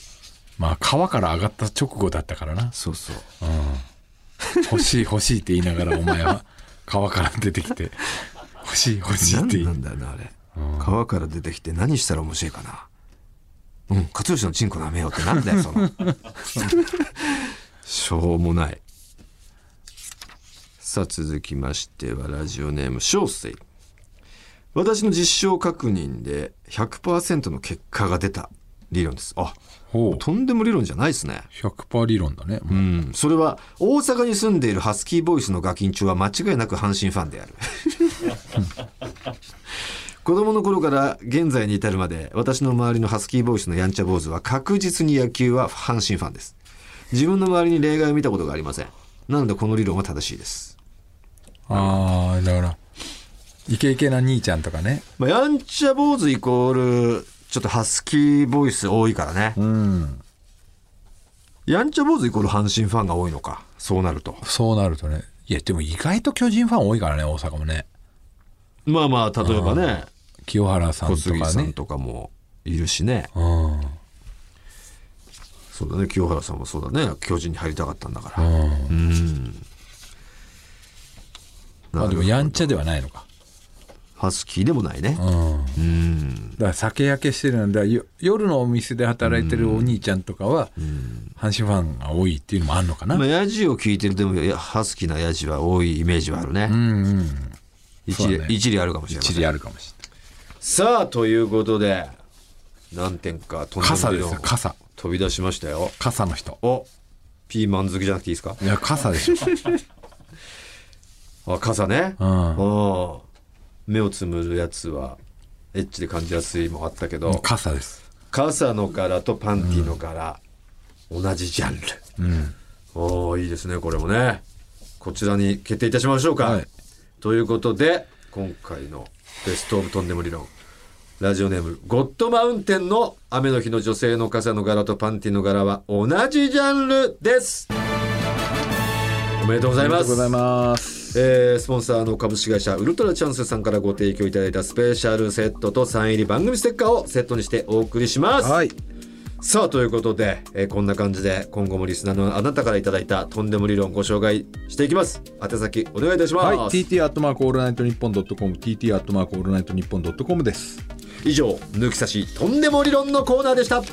まあ川から上がった直後だったからな
そうそう
欲しい欲しいって言いながらお前は川から出てきて欲しい欲しいって
何
言
ないんだよなあれ川から出てきて何したら面白いかなうん勝吉のチンコ舐めようってなんだよそのしょうもないさあ続きましてはラジオネーム小水私の実証確認で100%の結果が出た理論ですあ
ほう
とんでも理論じゃないですね
100%理論だね、
うんそれは大阪に住んでいるハスキーボイスのガキンチョは間違いなく阪神ファンである [LAUGHS] 子供の頃から現在に至るまで私の周りのハスキーボイスのやんちゃ坊主は確実に野球は阪神ファンです自分の周りに例外を見たことがありませんなのでこの理論は正しいです、
ああだからイケイケな兄ちゃんとかね
まあ、やんちゃ坊主イコールちょっとハスキーボイス多いからね
うん
やんちゃ坊主イコール阪神ファンが多いのかそうなると
そうなるとねいやでも意外と巨人ファン多いからね大阪もね
まあまあ例えばね
清原さん
小
と
杉
か
さ
ね
んとかもいるしね
うん
そうだね清原さんもそうだね巨人に入りたかったんだか
う
ら、
んま
な
あで
る
もやんちゃではないのか
ハスキーでもないね
うん
うん
だから酒焼けしてるのでよ夜のお店で働いてるお兄ちゃんとかは阪神ファンが多いっていうのもあるのかな
まあヤジを聞いてるでもいやハスキーなヤジは多いイメージはあるね、
うんうん
一理
そうだね
一理あるかもしれま
一
せん
理あるかもしれ
さあということで何点かとんで
ない
も
傘
ない
です
の
よ傘
飛び出しましたよ
傘の人
おピーマン好きじゃなくていいですか
いや傘でしょ
あ傘ね
うん
うん目をつむるやつはエッチで感じやすいもあったけど、
傘です
傘の柄とパンティの柄、同じジャンル
うん
おおいいですねこれもねこちらに決定いたしましょうか、
はい
ということで今回の「ベスト・オブ・とんでも理論」ラジオネーム「ゴッド・マウンテン」の雨の日の女性の傘の柄とパンティの柄は同じジャンルですおめでとうございます
ます
えースポンサーの株式会社ウルトラチャンスさんからご提供いただいたスペシャルセットとサイン入り番組ステッカーをセットにしてお送りします、
はい
さあということで、えーこんな感じで今後もリスナーのあなたからいただいたとんでも理論ご紹介していきます宛先お願いいたします、
はい TT アットマークオールナイトニッポンドットコム TT アットマークオールナイトニッポンドットコムです
以上抜き差しとんでも理論のコーナーでした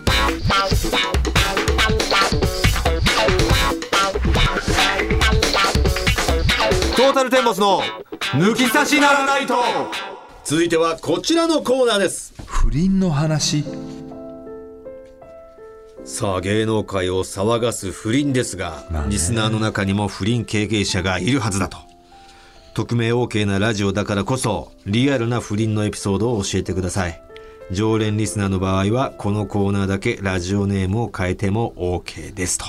トータルテンボスの抜き差しならないと続いてはこちらのコーナーです
不倫の話
さあ芸能界を騒がす不倫ですが、
まあね
リスナーの中にも不倫経験者がいるはずだと匿名 OK なラジオだからこそリアルな不倫のエピソードを教えてください常連リスナーの場合はこのコーナーだけラジオネームを変えても OK ですと、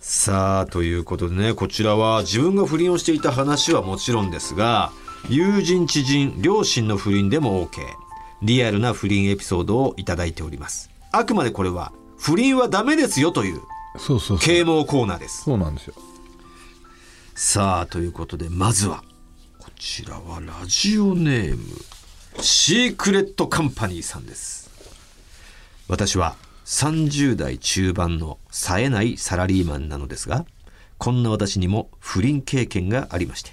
さあということでねこちらは自分が不倫をしていた話はもちろんですが友人知人両親の不倫でも OK リアルな不倫エピソードをいただいておりますあくまでこれは不倫はダメですよという
そうそうそう
啓蒙コーナーです
そうなんですよ
さあということでまずはこちらはラジオネームシークレットカンパニーさんです私は30代中盤の冴えないサラリーマンなのですがこんな私にも不倫経験がありまして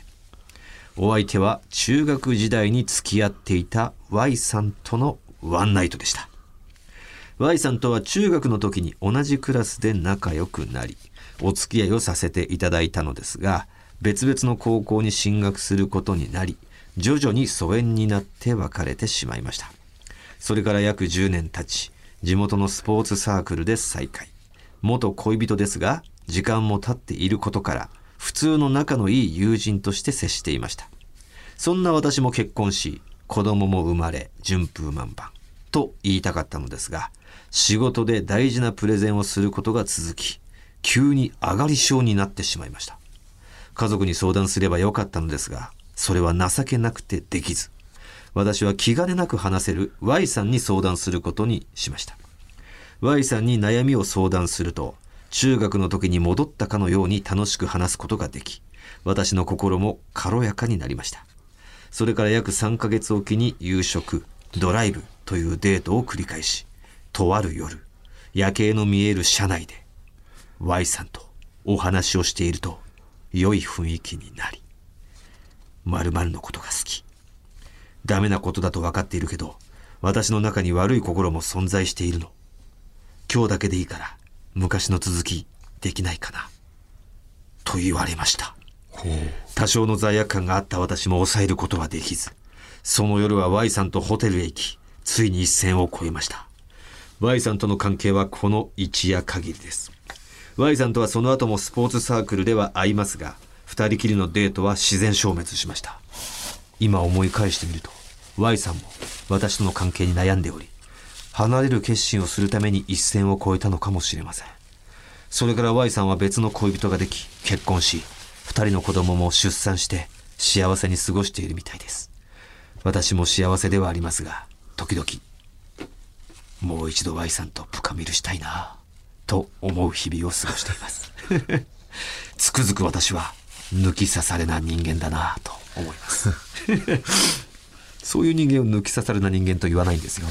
お相手は中学時代に付き合っていた Y さんとのワンナイトでした Y さんとは中学の時に同じクラスで仲良くなりお付き合いをさせていただいたのですが別々の高校に進学することになり徐々に疎遠になって別れてしまいましたそれから約10年経ち地元のスポーツサークルで再会元恋人ですが時間も経っていることから普通の仲のいい友人として接していましたそんな私も結婚し子供も生まれ順風満帆と言いたかったのですが仕事で大事なプレゼンをすることが続き急に上がり症になってしまいました家族に相談すればよかったのですがそれは情けなくてできず私は気兼ねなく話せる Y さんに相談することにしました Y さんに悩みを相談すると中学の時に戻ったかのように楽しく話すことができ私の心も軽やかになりましたそれから約3ヶ月おきに夕食ドライブというデートを繰り返しとある夜夜景の見える車内で Y さんとお話をしていると良い雰囲気になり〇〇のことが好きダメなことだと分かっているけど私の中に悪い心も存在しているの今日だけでいいから昔の続きできないかなと言われました多少の罪悪感があった私も抑えることはできずその夜は Y さんとホテルへ行きついに一線を越えました Y さんとの関係はこの一夜限りです Y さんとはその後もスポーツサークルでは会いますが二人きりのデートは自然消滅しました今思い返してみると Y さんも私との関係に悩んでおり離れる決心をするために一線を越えたのかもしれませんそれから Y さんは別の恋人ができ結婚し二人の子供も出産して幸せに過ごしているみたいです私も幸せではありますが時々もう一度 Y さんとプカミルしたいなと思う日々を過ごしています [LAUGHS] つくづく私は抜き刺されな人間だなと思います [LAUGHS] そういう人間を抜き刺されな人間と言わないんですよ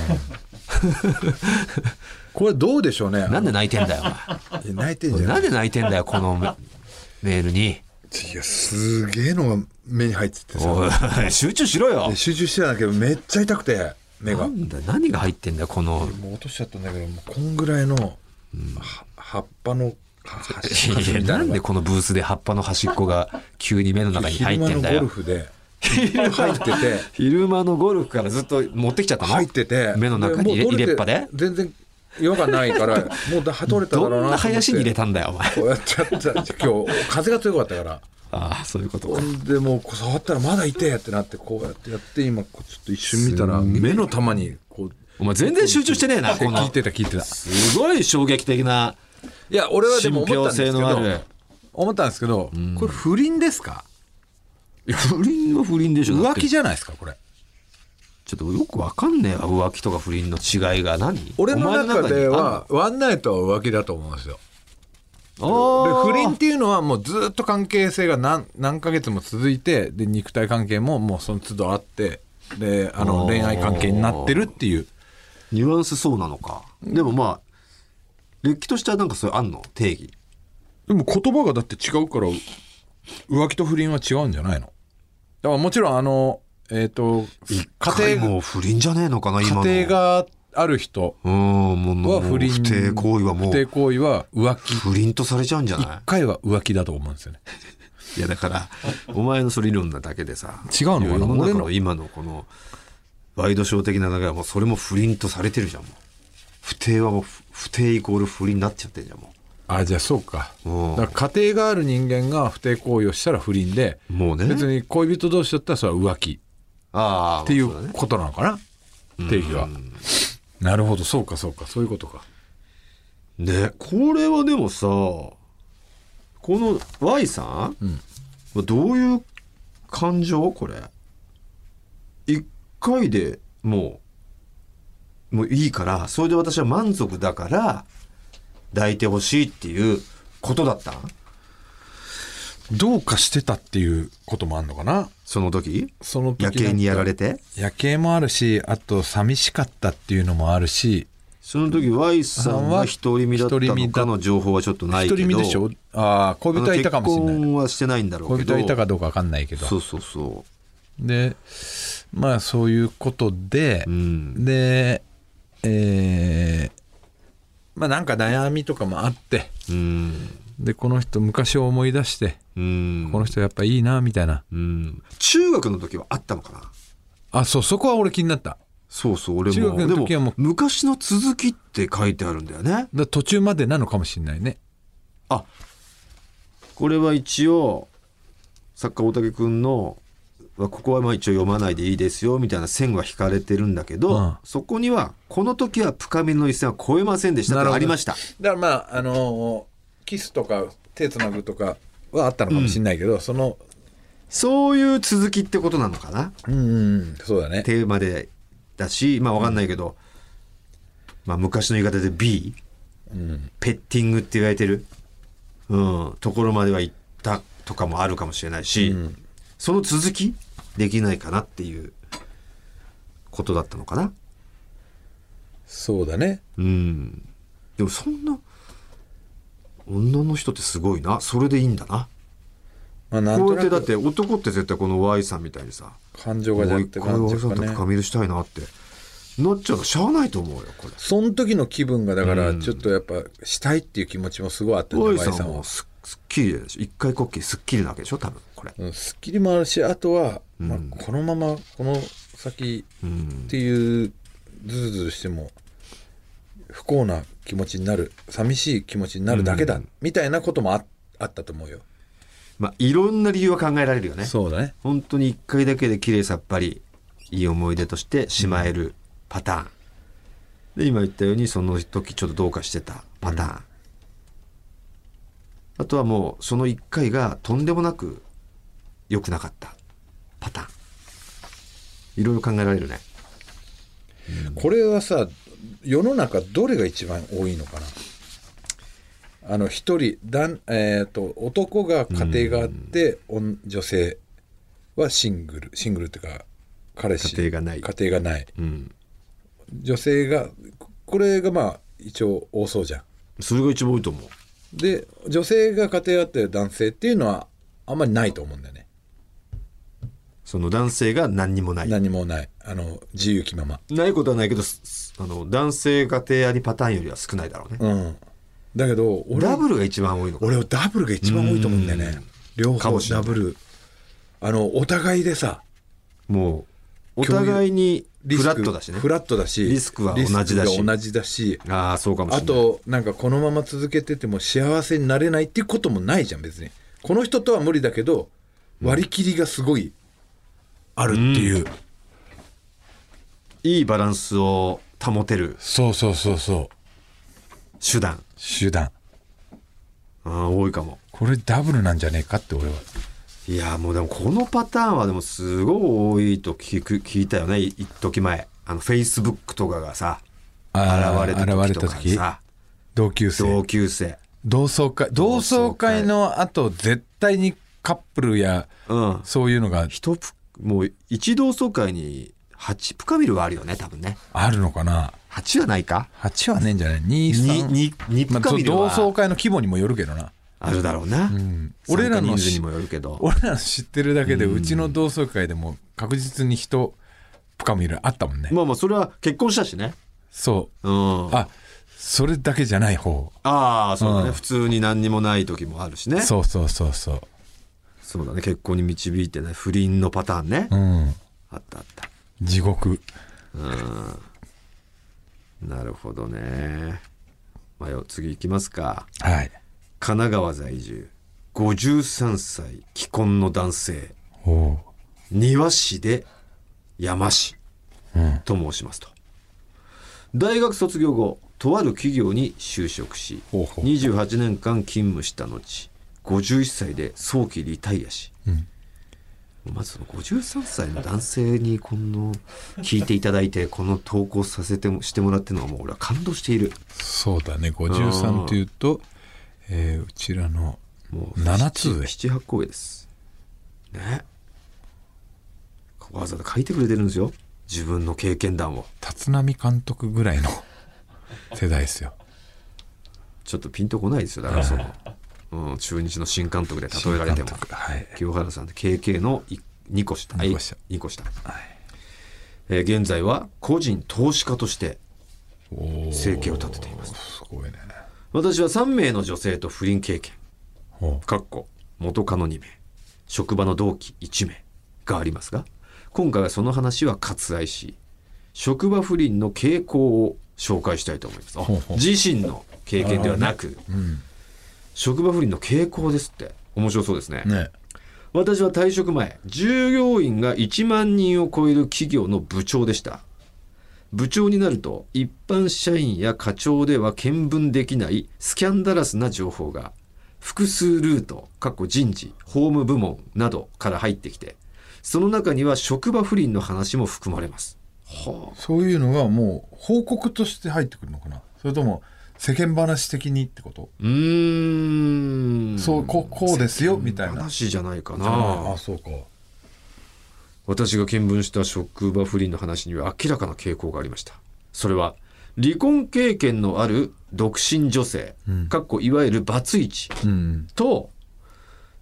これどうでしょうね
なんで泣いてんだよ
いや泣いて
お
んじ
前ない
ゃな
んで泣いてんだよこのメメールに
いやすげえのが目に入っててさ
おい [LAUGHS] 集中しろよ
で集中してたんだけどめっちゃ痛くて目
な
がも
んだ何が入ってんだよこの
う落としちゃったんだけどもうこんぐらいの、は葉っぱの端っこみ
い
た
や
いな
な
の
ん
が
でこのブースで葉っぱの端っこが急に目の中に入っ
昼間
て
の
んだ
ゴル
よ
フでいっぱい入ってて
昼間のゴルフからずっと持ってきちゃったの
入ってて
目の中に入れ
もう取
入れ
て
っぱで
全然違和感ないからもうだ取れただろ
ど
うなと思って
んな林に入れたんだよお前
こうやっちゃった今日風が強かったから
ああそういうこと
ほ
か
んでもうこう触ったらまだ痛えってなってこうやってやって今こうちょっと一瞬見たら目の玉にこう
お前全然集中してねえなこ
聞
の
いてた聞いてた
すごい衝撃的ない
や俺はで
信
も思
憑
ったんです
性
け
のあ
ど
る
思ったんですけどこれ不倫ですか
いや不倫は不倫でしょだっ
浮
て
気じゃないですかこれ
ちょっとよくわかんねえわ浮気とか不倫の違いが何
俺の
お前
中で
に
はワンナイトは浮気だと思うんですよ
あんのあー
で不倫っていうのはもうずっと関係性が何何ヶ月も続いてで肉体関係ももうその都度あってであの
おー
恋愛関係になってるっていう
ニュアンスそうなのかでもまあれっきとしたなんかそれあんの定義
でも言葉がだって違うから浮気と不倫は違うんじゃないのだからもちろんあのえっ、と家
家
庭
庭もう不倫じゃねえのかな今の
家庭がある人
うんもうも
は
う
不倫
不貞行為はも
不貞
う
行為は浮気
不倫とされちゃうんじゃな
一回は浮気だと思うんですよね
いいやだ
[LAUGHS]
からお前のそれ理論なだけでさ
違うのかな
世の中
俺
の
の
今のこのワイドショー的な流れはもうそれも不倫とされてるじゃんもう不定はもう不不定イコール不倫になっちゃってるじゃんも
あじゃあそうか
うん
だから家庭がある人間が不貞行為をしたら不倫で
うもうね
別に恋人同士だったらそれは浮気
ああ
ってい
まあそうだ
う
ね
ことなのかな、定義はなるほどそうかそうかそういうことか
ねこれはでもさこの Y さん、どういう感情これ1回でもうもういいからそれで私は満足だから抱いてほしいっていうことだったん
どうかしてたっていうこともあるのかな
その時
その時
夜景にやられて
夜景もあるしあと寂しかったっていうのもあるし
その時 Y さんは独り身だった
独り
の
身だ
かの情報はちょっとないけ
一
ど
人身でしょああ恋
あ
人
の
はい
結
たかもしれない
婚はしてないんだろう
恋
け
人
ど
はいたかどうか分かんないけど
そうそうそ
でまあそういうことで
うう、ん
でえーまあなんか悩みとかもあって
うん
でこの人昔を思い出して
うん
この人やっぱいいなみたいな
うん中学の時はあったのかな
あそうそこは俺気になっただか
そうそう俺
中
も
学の時
で
はも
も
う
昔の続きって書いてあるんだよね
ら途中までなのかもしれないね
あこれは一応作家大竹くんのまあここはまあ一応読まないでいいですよみたいな線は引かれてるんだけど、
うん
そこにはこの時はプカミの一線は越えませんでした
な
って
るほど
ありました
だからまああのーキスとか手つなぐとかはあったのかもしれないけど、その
そういう続きってことなのかな
うんうんそうだね
テーマでだしまあわかんないけど、まあ、昔の言い方で B、ペッティングって言われてる、うん、ところまでは行ったとかもあるかもしれないし、その続きできないかなっていうことだったのかな。
そうだね
うん、でもそんな女の人ってすごいなそれでいいんだな。
まあな
こ
ん
う
と
やってだ
な
って男って絶対この Y さんみたいにさ
く感情
もう
がじゃな
一
くて
回
感
Y
情
さん
が
と
ね
深見るしたいなってなっちゃうのしゃあないと思うよこれ。
その時の気分がだからちょっとやっぱしたいっていう気持ちもすごいあったん
大
だ
井
よ
さ
ワイ
んもすすっきりでしょ一回こっきりすっきりなわけでしょ多分これ
うんすっきりもあるしあとは、まあ、このままこの先
う
っ
ん
ていうズルズルしても不幸な気持ちになる寂しい気持ちになるだけだ、みたいなこともああったと思うよ
まあいろんな理由は考えられるよね
そうだね
本当に一回だけで綺麗さっぱりいい思い出としてしまえるパターン、で今言ったようにその時ちょっとどうかしてたパターン、あとはもうその一回がとんでもなく良くなかったパターンいろいろ考えられるね
これはさ世の中どれが一番多いのかなあの一人だん、えー、と男が家庭があって、おん女性はシングルシングルっていうか彼氏
家庭がない
家庭がない
うん
女性がこれがまあ一応多そうじゃん
それが一番多いと思う
で女性が家庭あって男性っていうのはあんまりないと思うんだよね、
その男性が何にもない
何もないあの自由気まま
ないことはないけどすすあの男性家庭ありパターンよりは少ないだろうね、
うんだけど俺
ダブルが一番多いのか
俺はダブルが一番多いと思うんだよね両
か
方
もしれな
ダ
い
ブルあのお互いでさ
もうお互いに
リ
フラ
スク
ットだしね
フラットだし
リスクは同じだ
リ
し
スクが同じだし
ああそうかもしれ
あ
ない
となんかこのまま続けてても幸せになれないっていうこともないじゃん別にこの人とは無理だけど割り切りがすごいあるっていう、
いいバランスを保てる
そうそうそうそう
手段
手段
あー多いかも
これダブルなんじゃねえかって俺はい
やーもうでもこのパターンはでもすごい多いと聞く聞いたよねい一時前あのフェイスブックとかがさ
あー
現れた時とか
現れた時
さ
同級生
同級生
同窓会同窓会の後絶対にカップルや
うん
そういうのが
一プもう一同窓会に8プカミルはあるよね多分ね
あるのかな
8はないか
8はねえんじゃない23
にに
まあ
プカミル
同
は
窓会の規模にもよるけどな
あるだろうな、
ん
俺
俺
ら
ら
の
の
人数にもよるけど
俺らの知ってるだけでうちの同窓会でも確実に人プカミルあったもんね
まあまあそれは結婚したしね
そ
うん
うあそれだけじゃない方
ああそうだね、
うん
普通に何にもない時もあるしねそう
そうそうそうそ
だね結婚に導いてない不倫のパターンね、
ううん
あったあった
地獄
なるほどねまあよ次いきますか
はい
神奈川在住53歳既婚の男性
おおう
庭師で山師
うん
と申しますと大学卒業後とある企業に就職し
ほうほう
28年間勤務した後51歳で早期リタイアし、
ん
まずその53歳の男性にこの聞いていただいてこの投稿させてもしてもらってるのはもう俺は感動している
そうだね53っていうと、えーうちらの
もう
7つ上
七八個上ですねわざわざ書いてくれてるんですよ自分の経験談を
立浪監督ぐら
[LAUGHS]
いの世代ですよ
ちょっとピンとこないですよだからその、うん、中日の新監督で例えられても
新監督はい
清原さんって KK の2個下
二個下
2個下、えー現在は個人投資家として
おー
生計を立てています
すごいね
私は3名の女性と不倫経験
お
かっこ元カノ2名職場の同期1名がありますが今回はその話は割愛し職場不倫の傾向を紹介したいと思いますあ
ほうほう
自身の経験ではなく
うん
職場不倫の傾向ですって面白そうですね
ね
私は退職前従業員が1万人を超える企業の部長でした部長になると一般社員や課長では見分できないスキャンダラスな情報が複数ルートかっこ人事法務部門などから入ってきてその中には職場不倫の話も含まれますは
そういうのがもう報告として入ってくるのかなそれとも世間話的にってこと、
うーん
そうここうですよみたいな
話じゃないかな
ああそうか
私が見聞した職場不倫の話には明らかな傾向がありましたそれは離婚経験のある独身女性、かっこいわゆるバツイチ
うん
と、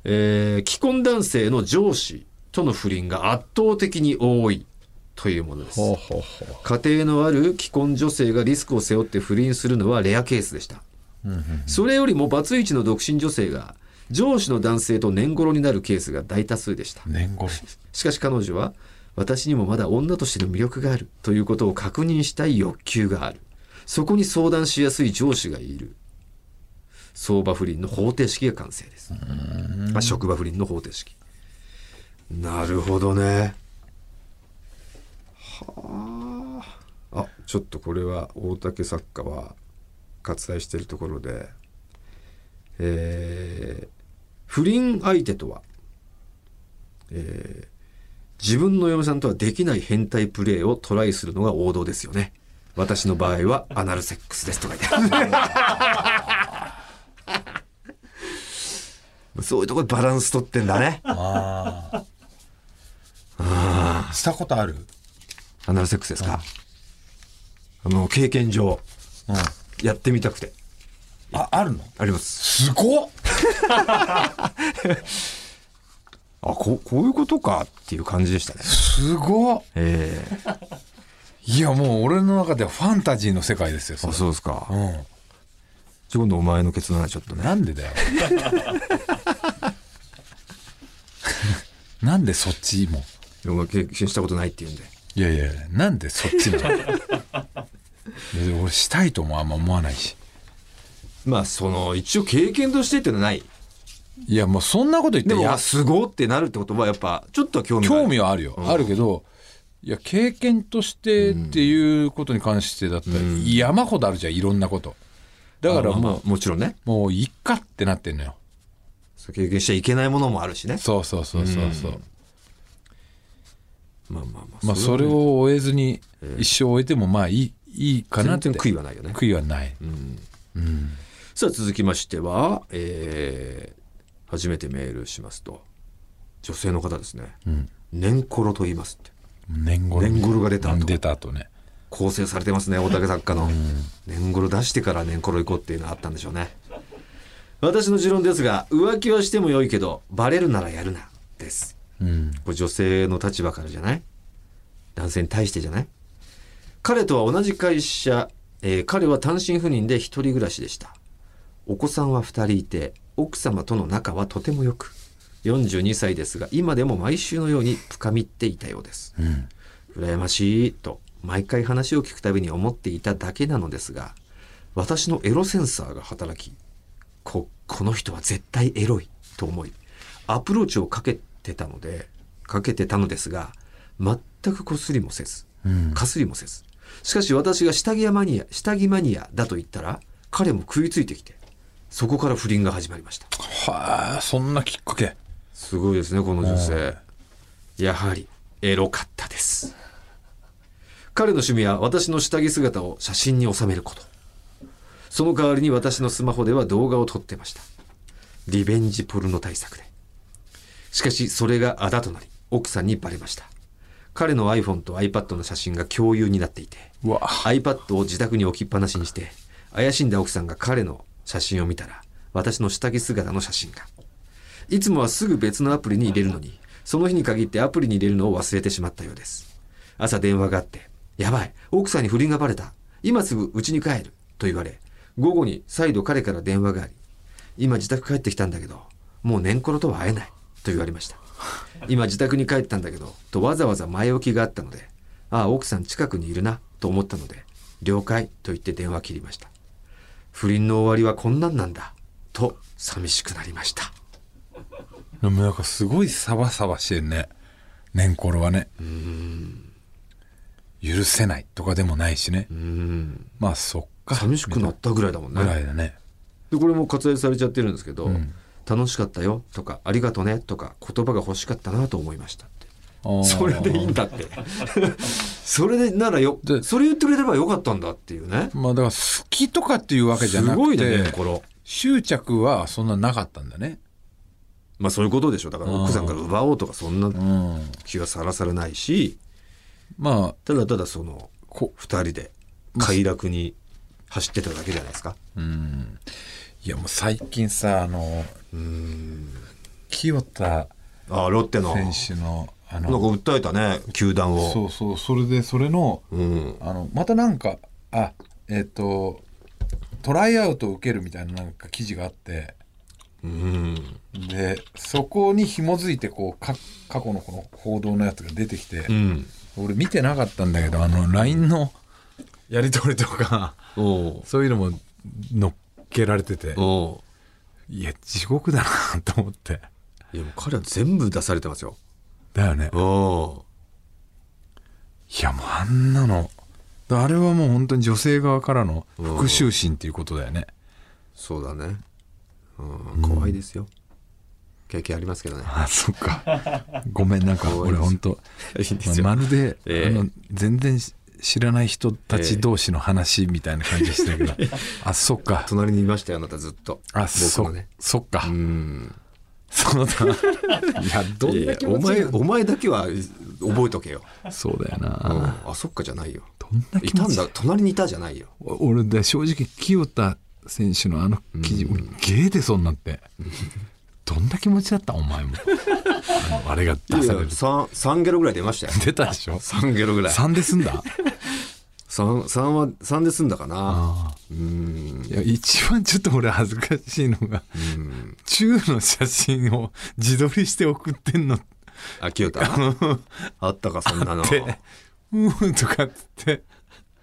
えー既婚男性の上司との不倫が圧倒的に多いというものです
ほうほうほう
家庭のある既婚女性がリスクを背負って不倫するのはレアケースでした
うんうん
それよりもバツイチの独身女性が上司の男性と年頃になるケースが大多数でした
年後
しかし彼女は私にもまだ女としての魅力があるということを確認したい欲求があるそこに相談しやすい上司がいる相場不倫の方程式が完成ですあ職場不倫の方程式なるほどねはああちょっとこれは大竹作家は割愛しているところでえー不倫相手とは自分の嫁さんとはできない変態プレーをトライするのが王道ですよね私の場合はアナルセックスですとか言ってあ [LAUGHS] るそういうところでバランス取ってんだね
ああしたことある
アナルセックスですか、あの経験上
うん
やってみたくて
ああるの
あります
すごっ
あここういうことかっていう感じでしたね
すごっ
ええ
いやもう俺の中ではファンタジーの世界ですよそ
あ
れ
そうですか、じゃあ
う
今度お前のケツの話ちょっと
ん
ね
なんでだよ [LAUGHS] なんでそっちも
お前経験したことないって言うんで
いやいやなんでそっちも別に俺したいともあんま思わないし
まあその一応経験としてっていうのはない
いやもうそんなこと言って
でも、
いや
あすごってなるってことは、やっぱ、ちょっとは興味がある。
興味はあるよ、あるけどいや経験としてっていうことに関してだったら山ほどあるじゃんいろんなことだか
あ
ら
まあ
も
まあもちろんね。
うもういっかってなってんのよ
そう経験しちゃいけないものもあるしね。
そうそうそうそうそう、
まあまあまあ。
まあそれ
はね、
を終えずに一生終えてもまあいいいいかな
全
って
然悔いはないよね。
悔いはない、
さあ、続きましては、えー、初めてメールしますと、女性の方ですね。年頃と言いますって。
年頃
年頃が出た後
出た後ね
構成されてますね大竹作家の年頃出してから年頃行こうっていうのがあったんでしょうね私の持論ですが浮気はしても良いけどバレるならやるなです、これ女性の立場からじゃない男性に対してじゃない彼とは同じ会社、えー彼は単身赴任で一人暮らしでしたお子さんは2人いて奥様との仲はとても良く42歳ですが今でも毎週のように深みっていたようです、羨ましいと毎回話を聞くたびに思っていただけなのですが私のエロセンサーが働きここの人は絶対エロいと思いアプローチをかけてたのでかけてたのですが全くこすりもせずかすりもせずしかし私が下着やマニア下着マニアだと言ったら彼も食いついてきてそこから不倫が始まりました
はあそんなきっかけ
すごいですねこの女性やはりエロかったです彼の趣味は私の下着姿を写真に収めることその代わりに私のスマホでは動画を撮ってましたリベンジポルノ対策で。しかし、それがあだとなり、奥さんにバレました。彼の iPhone と iPad の写真が共有になっていて、
うわ
iPad を自宅に置きっぱなしにして、怪しんだ奥さんが彼の写真を見たら、私の下着姿の写真が。いつもはすぐ別のアプリに入れるのに、その日に限ってアプリに入れるのを忘れてしまったようです。朝電話があって、やばい、奥さんに不倫がバレた。今すぐ家に帰る。と言われ、午後に再度彼から電話があり、今自宅帰ってきたんだけど、もう年頃とは会えない。と言われました。今自宅に帰ったんだけど、とわざわざ前置きがあったので、ああ、奥さん近くにいるな、と思ったので、了解と言って電話切りました。不倫の終わりはこんなんなんだ、と寂しくなりました。
でもなんかすごいサバサバしてるね年頃はね許せないとかでもないしね
うん。
まあそっか
寂しくなったぐらいだもん
ぐら
ね。
いだね
で、これも割愛されちゃってるんですけど、
うん
楽しかったよとか、ありがとねとか、言葉が欲しかったなと思いましたって。
あー
それでいいんだって。 [LAUGHS] それでならよ
で、
それ言ってくれればよかったんだっていうね。
まあだから好きとかっていうわけじゃ
す
な
ご
く
いね、
て
この。
執着はそんななかったんだね
まあそういうことでしょ。だから
うん
奥さんから奪おうとかそんな
うん
気はさらされないし、
まあ
ただただその
こ
二人で快楽に走ってただけじゃないですか。
うんいやもう最近さあの
うん。
清田
ああ、ロッテの。
選手のあ
なんか
の
訴えたね、球団を。
そうそうそれでそれの
うん。
あのまたなんかあえっ、とトライアウトを受けるみたいななんか記事があって
うん。
でそこに紐づいてこうか過去のこの報道のやつが出てきて
う、ん。
俺見てなかったんだけどあの LINE のやり取りとか
おう
そういうのも乗っけられてて
お
いや地獄だなと思って
ういや、もう彼は全部出されてますよ。
だよね
お
いやもうあんなのだあれはもう本当に女性側からの復讐心っていうことだよね
うそうだね。うん、怖いですよ。経験ありますけどね。
あそっかごめんなんか
怖い
俺
です
本当
[LAUGHS] いいんですよ
まあまるで、
ええ
あの全然し知らない人たち同士の話みたいな感じでしたけど、あそっか
隣にいましたよ、あなたずっと。
あ
僕
そ
もね。
そっか、
うん。
そうだいやどん
[LAUGHS] いや
ない気
や
持
お
ち
前、お前だけは覚えとけよ。
そうだよ
う
な、
んあ、そっかじゃないよ。
どんない気
た
持
ん
ち
だ、隣にいたじゃないよ。
お俺で正直清田選手のあの記事、俺ゲーでそんなってどんな気持ちだった
[LAUGHS]
お前もあのあれが出される
3、三ゲロぐらい出ましたよ。
[LAUGHS] 出たでしょ
3ゲロぐらい。
3で済んだ
三三は、三で済んだかな。
ああ
うん。
いや一番ちょっと俺恥ずかしいのが
うん。
中の写真を自撮りして送ってんの
あ、清
[LAUGHS]
田。あったか、そんなの。
って「うん」とかっつって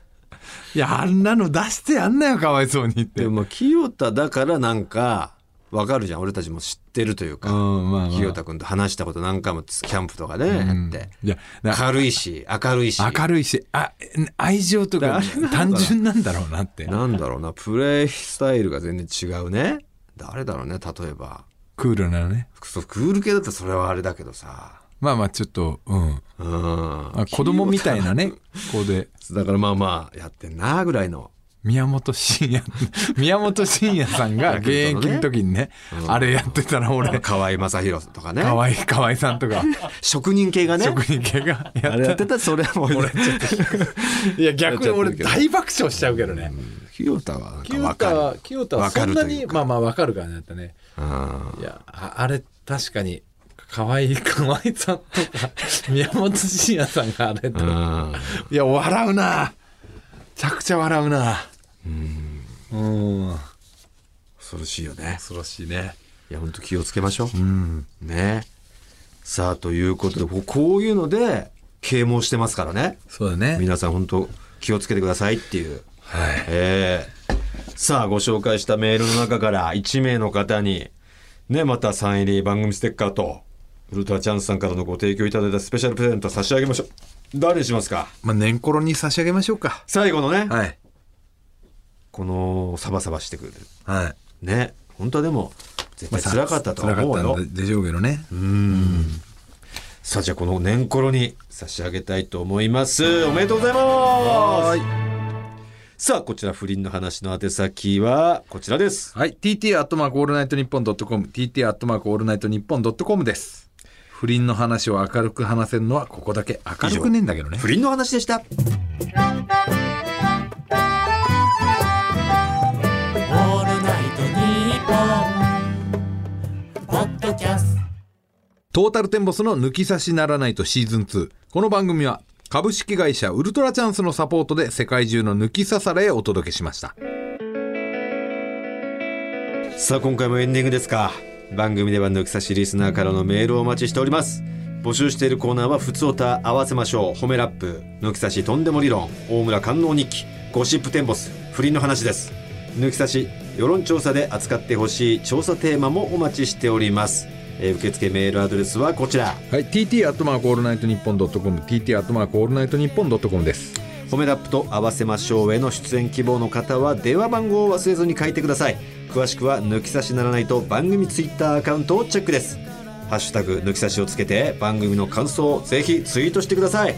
「いやあんなの出してやんなよかわいそうに」って
で
うん
も、清田だからなんか、わかるじゃん。俺たちも知ってるというか。
まあまあ
清田君と話したこと何回もキャンプとかでや
うん
って。
いやだ
軽いし、明るいし。
明るいしあ愛情とか
だ [LAUGHS] から
単純なんだろうなって
なんだろうな、プレイスタイルが全然違うね。誰だろうね、例えば。
クールなね
そうクール系だったらそれはあれだけどさ。
まあまあちょっとうん
うん。
あ子供みたいな
[LAUGHS]
ね子で
だからまあまあ、やってんな、ぐらいの。
宮本慎也 [LAUGHS] 宮本慎也さ
[LAUGHS]
んが現役の時にねあれやってたら俺
河合正宏とかね。
河合河合さん
[LAUGHS]
とか
職人系がね。
職人系がや
あれやってたらそれはもう俺、
いや逆
に俺大
爆笑しちゃうけどね
清田はなんか
清
わ
田
か
は
る。
清田はそんなにまあまあわかる感じだったね
うん
いやああれ確かに河合河合さんとか宮本慎也さんがあれ
う
と
ん。
いや笑うなめちゃくちゃ笑うなうん
恐ろしいよね。
恐ろしいね
いや、本当気をつけましょう。
うん
ね。さあ、ということで、こうこういうので、啓蒙してますからね。
そうだね
皆さん本当気をつけてくださいっていう。
はい
ええさあ、ご紹介したメールの中から1名の方に、ね、またサイン入り番組ステッカーと、ウルトラチャンスさんからのご提供いただいたスペシャルプレゼント差し上げましょう。誰にしますか
まあ年頃に差し上げましょうか
最後のね、
はい
このサバサバしてくれる。
はい
ね、本当はでも、絶対辛かったとは思うよ。
辛かったんでしょうけどね
さあ、じゃあこの年頃に差し上げたいと思います。おめでとうございます。さあ、こちら不倫の話の宛先はこちらです。
はい。tt アットマークオールナイトニッポンドットコム。tt アットマークオールナイトニッポンドットコムです。不倫の話を明るく話せるのはここだけ。明るくねえんだけどね
不。倫の話でし
「オ
た。
ールナイトニッポン」「ポッドキャスト」
トータルテンボスの抜き差しならないとシーズン2。この番組は株式会社ウルトラチャンスのサポートで世界中の抜き差されへお届けしました。
さあ今回もエンディングですか番組では抜き差しリスナーからのメールをお待ちしております募集しているコーナーは「ふつおた合わせましょう」「褒めラップ」「抜き差しとんでも理論」「大村官能日記」「ゴシップテンボス」「不倫の話」です抜き差し世論調査で扱ってほしい調査テーマもお待ちしております、えー受付メールアドレスはこちら
はい。tt アットマークオールナイトニッポンドットコム。tt アットマークオールナイトニッポンドットコムです。
褒めラップと合わせましょうへの出演希望の方は電話番号を忘れずに書いてください詳しくは抜き差しならないと番組ツイッターアカウントをチェックですハッシュタグ抜き差しをつけて番組の感想をぜひツイートしてください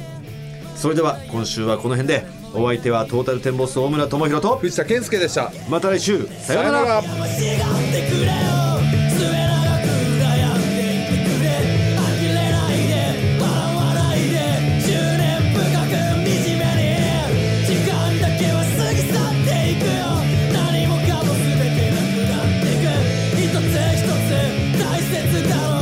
それでは今週はこの辺でお相手はトータルテンボス大村智広と
藤田健介でした。
また来週さようなら
何もかも全てなくなってく一つ一つ大切だろう